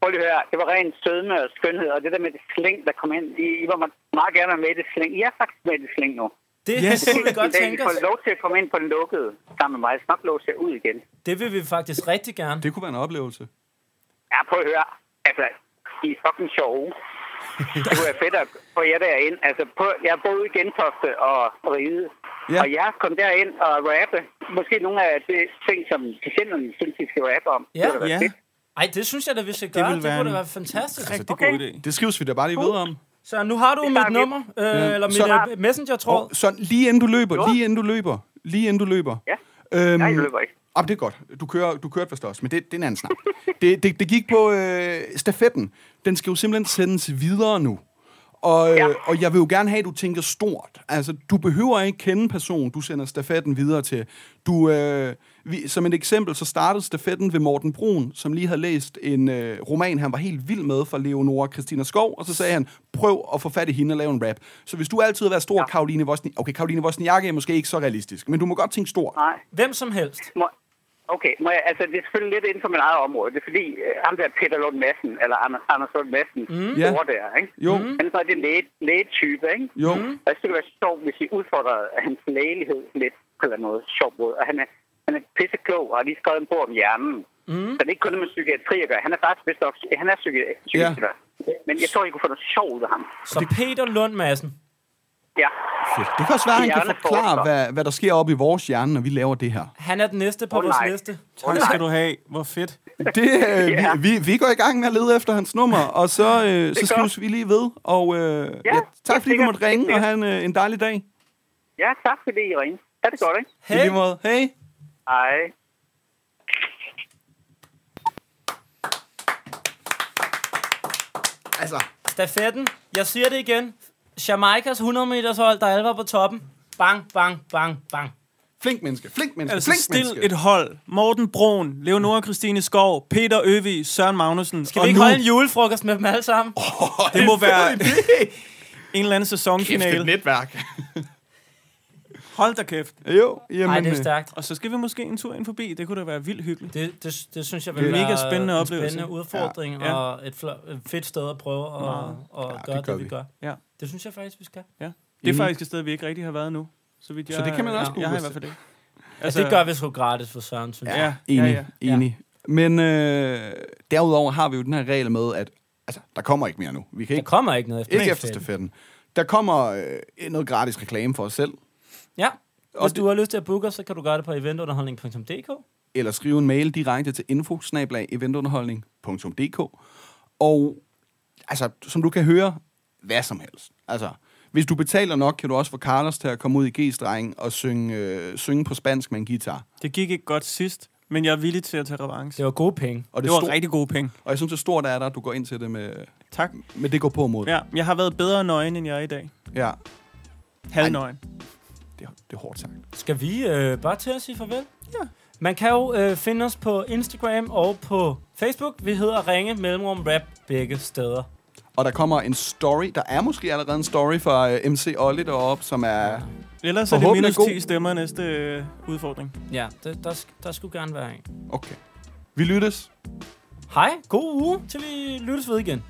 S12: Prøv lige at høre, det var rent sødme og skønhed, og det der med det sling, der kom ind, I, I var meget gerne med i det sling. I er faktisk med i det sling nu.
S1: Det yes. kunne vi godt
S12: I dag,
S1: tænke
S12: I
S1: os.
S12: får lov til at komme ind på den lukkede sammen med mig. Snart lov til at ud igen.
S1: Det vil vi faktisk rigtig gerne.
S4: Det kunne være en oplevelse.
S12: Ja, prøv at høre. Altså, I er fucking sjove. Det kunne være fedt at få jer derind. Altså, på, jeg er både i Gentofte og Ride.
S9: Ja.
S12: Ja. Og jeg kom derind og rappe. Måske nogle af de ting, som patienterne synes, de skal rappe om.
S1: Ja.
S12: Det kunne da være
S3: Ja.
S12: fedt.
S1: Ej, det synes jeg da, vi skal gøre. Det,
S3: ville
S1: det
S3: være
S1: kunne da
S3: en
S1: være Altså, fantastisk.
S3: Rigtig
S12: Okay.
S3: god idé.
S4: Det skrives vi da bare lige ved om.
S1: Så nu har du
S12: Det
S1: mit
S12: tager vi.
S1: nummer, øh, eller mit
S4: Så-
S1: øh, messenger-tråd.
S4: Og så lige inden du løber,
S12: Jo.
S4: lige inden du løber, lige inden du løber.
S12: Ja.
S4: Øhm,
S12: Nej, det løber ikke.
S4: Ah, det er godt. Du, kører, du kørte vist også, men det, det er en anden snak. det, det, det gik på øh, stafetten. Den skal jo simpelthen sendes videre nu. Og, ja.
S12: Ja.
S4: og jeg vil jo gerne have, at du tænker stort. Altså, du behøver ikke kende personen, du sender stafetten videre til. Du, øh, vi, som et eksempel, så startede stafetten ved Morten Brun, som lige havde læst en øh, roman, han var helt vild med fra Leonora Christina Skov, og så sagde han, prøv at få fat i hende og lave en rap. Så hvis du altid har været stor, ja. Karoline Vosniak... Okay, Karoline Vosniak er måske ikke så realistisk, men du må godt tænke stort.
S12: Nej.
S1: Hvem som helst.
S12: Må, okay, må jeg, altså det er selvfølgelig lidt inden for mit eget område. Det er fordi, øh, ham der Peter Lund Madsen, eller Anders, Anders Lund Madsen, mm.
S4: Ja.
S12: der, ikke?
S4: Jo.
S12: Mm. Han er sådan en læge, lægetype, ikke? Mm.
S4: Jo.
S12: Og jeg synes, det kunne være sjovt, hvis I udfordrede hans lægelighed lidt på en eller anden måde sjovt måde. Og han er, han er pisseklog og har lige skrevet en bog om hjernen. Mm. Så det er ikke kun noget med psykiatri at gøre. Han er faktisk vist nok, han er psyki- psykiater. Men jeg tror, I kunne få noget sjovt ud af ham.
S1: Så Peter Lund Madsen.
S12: Ja.
S4: Fedt. Det kan også være, at han kan
S12: Hjerne
S4: forklare,
S12: forsker.
S4: hvad, hvad der sker oppe i vores hjerne, når vi laver det her.
S1: Han er den næste på
S12: Åh,
S1: vores
S12: nej.
S1: liste.
S3: Tak skal du have. Hvor fedt.
S4: Det, øh,
S12: Ja.
S4: vi, vi, vi går i gang med at lede efter hans nummer, og så, øh, så
S12: godt.
S4: skrives vi lige ved. Og øh, ja, tak
S12: helt
S4: fordi du
S12: sikkert.
S4: måtte ringe,
S12: Helt
S4: og have en, øh, en dejlig dag.
S12: Ja, tak fordi I ringede. Er det godt, ikke?
S4: I lige måde. Hej.
S12: Hej.
S4: Altså,
S1: Stafetten. Jeg siger det igen. Jamaikas 100 meters hold, der er alvor på toppen. Bang, bang, bang, bang.
S4: flink menneske, flink menneske,
S3: Altså,
S4: flink
S3: stil
S4: menneske.
S3: et hold. Morten Broen, Leonora Christine Skov, Peter Øvi, Søren Magnussen.
S1: Mm. Skal vi ikke
S3: nu,
S1: holde en julefrokost med dem alle sammen? Oh,
S3: Det må være en eller anden
S4: Kæft, et
S3: sæsonfinale.
S4: netværk.
S3: Hold da kæft.
S4: jo, jamen,
S1: Nej, det
S4: øh,
S1: er stærkt.
S3: Og så skal vi måske en tur ind forbi. Det kunne da være vildt hyggeligt.
S1: Det, det, det synes jeg
S3: Det
S1: vil
S3: er
S1: være
S3: mega spændende
S1: en
S3: oplevelse.
S1: spændende udfordring ja.
S3: Ja.
S1: og et, fl- et fedt sted at prøve at, at ja, gøre det,
S4: gør
S1: vi
S4: vi. Mm.
S1: gør.
S3: Ja.
S1: Det synes jeg faktisk, vi skal.
S3: Ja. Det er faktisk et sted, vi ikke rigtig har været nu. Så, vidt jeg,
S4: Så det kan man også
S3: ja,
S4: bruge,
S3: Jeg har i
S4: hvis
S3: hvert fald det.
S1: Altså, ja, det gør vi sgu gratis for Søren, synes jeg.
S3: Ja, ja,
S4: Enig,
S3: ja.
S4: enig. Men øh, derudover har vi jo den her regel med, at altså, der kommer ikke mere nu. Vi kan
S1: Der
S4: ikke,
S1: kommer ikke noget efter
S4: ikke efter
S1: stafetten.
S4: stafetten. Der kommer øh, noget gratis reklame for os selv,
S1: Ja.
S4: Og
S1: Hvis
S4: det-
S1: du har lyst til at booke os, så kan du gøre det på eventunderholdning.dk.
S4: eller skrive en mail direkte til info-eventunderholdning.dk. Og altså, som du kan høre, hvad som helst. Altså, hvis du betaler nok, kan du også få Carlos til at komme ud i G-streng og synge, øh, synge på spansk med en guitar.
S3: Det gik ikke godt sidst. men jeg er villig til at tage revanche.
S1: Det var gode penge.
S3: Og det, det var stor... rigtig gode penge.
S4: Og jeg synes, det stort er der, at du går ind til det med,
S3: tak.
S4: med det går på mod.
S3: Ja, jeg har været bedre nøgen, end jeg er i dag.
S4: Ja.
S3: Halvnøgen.
S4: Det, er- det er hårdt sagt.
S1: Skal vi øh, bare til at sige farvel?
S3: Ja.
S1: Man kan jo øh, finde os på Instagram og på Facebook. Vi hedder Ringe Mellemrum Rap begge steder.
S4: Og der kommer en story. Der er måske allerede en story fra øh, MC Olli deroppe, som er...
S3: Ellers er det
S4: forhåbentlig
S3: minus
S4: god.
S3: 10 stemmer næste øh, udfordring.
S1: Ja, det, der, sk- der skulle gerne være en.
S4: Okay. Vi lyttes.
S1: Hej, god uge, til vi lyttes ved igen.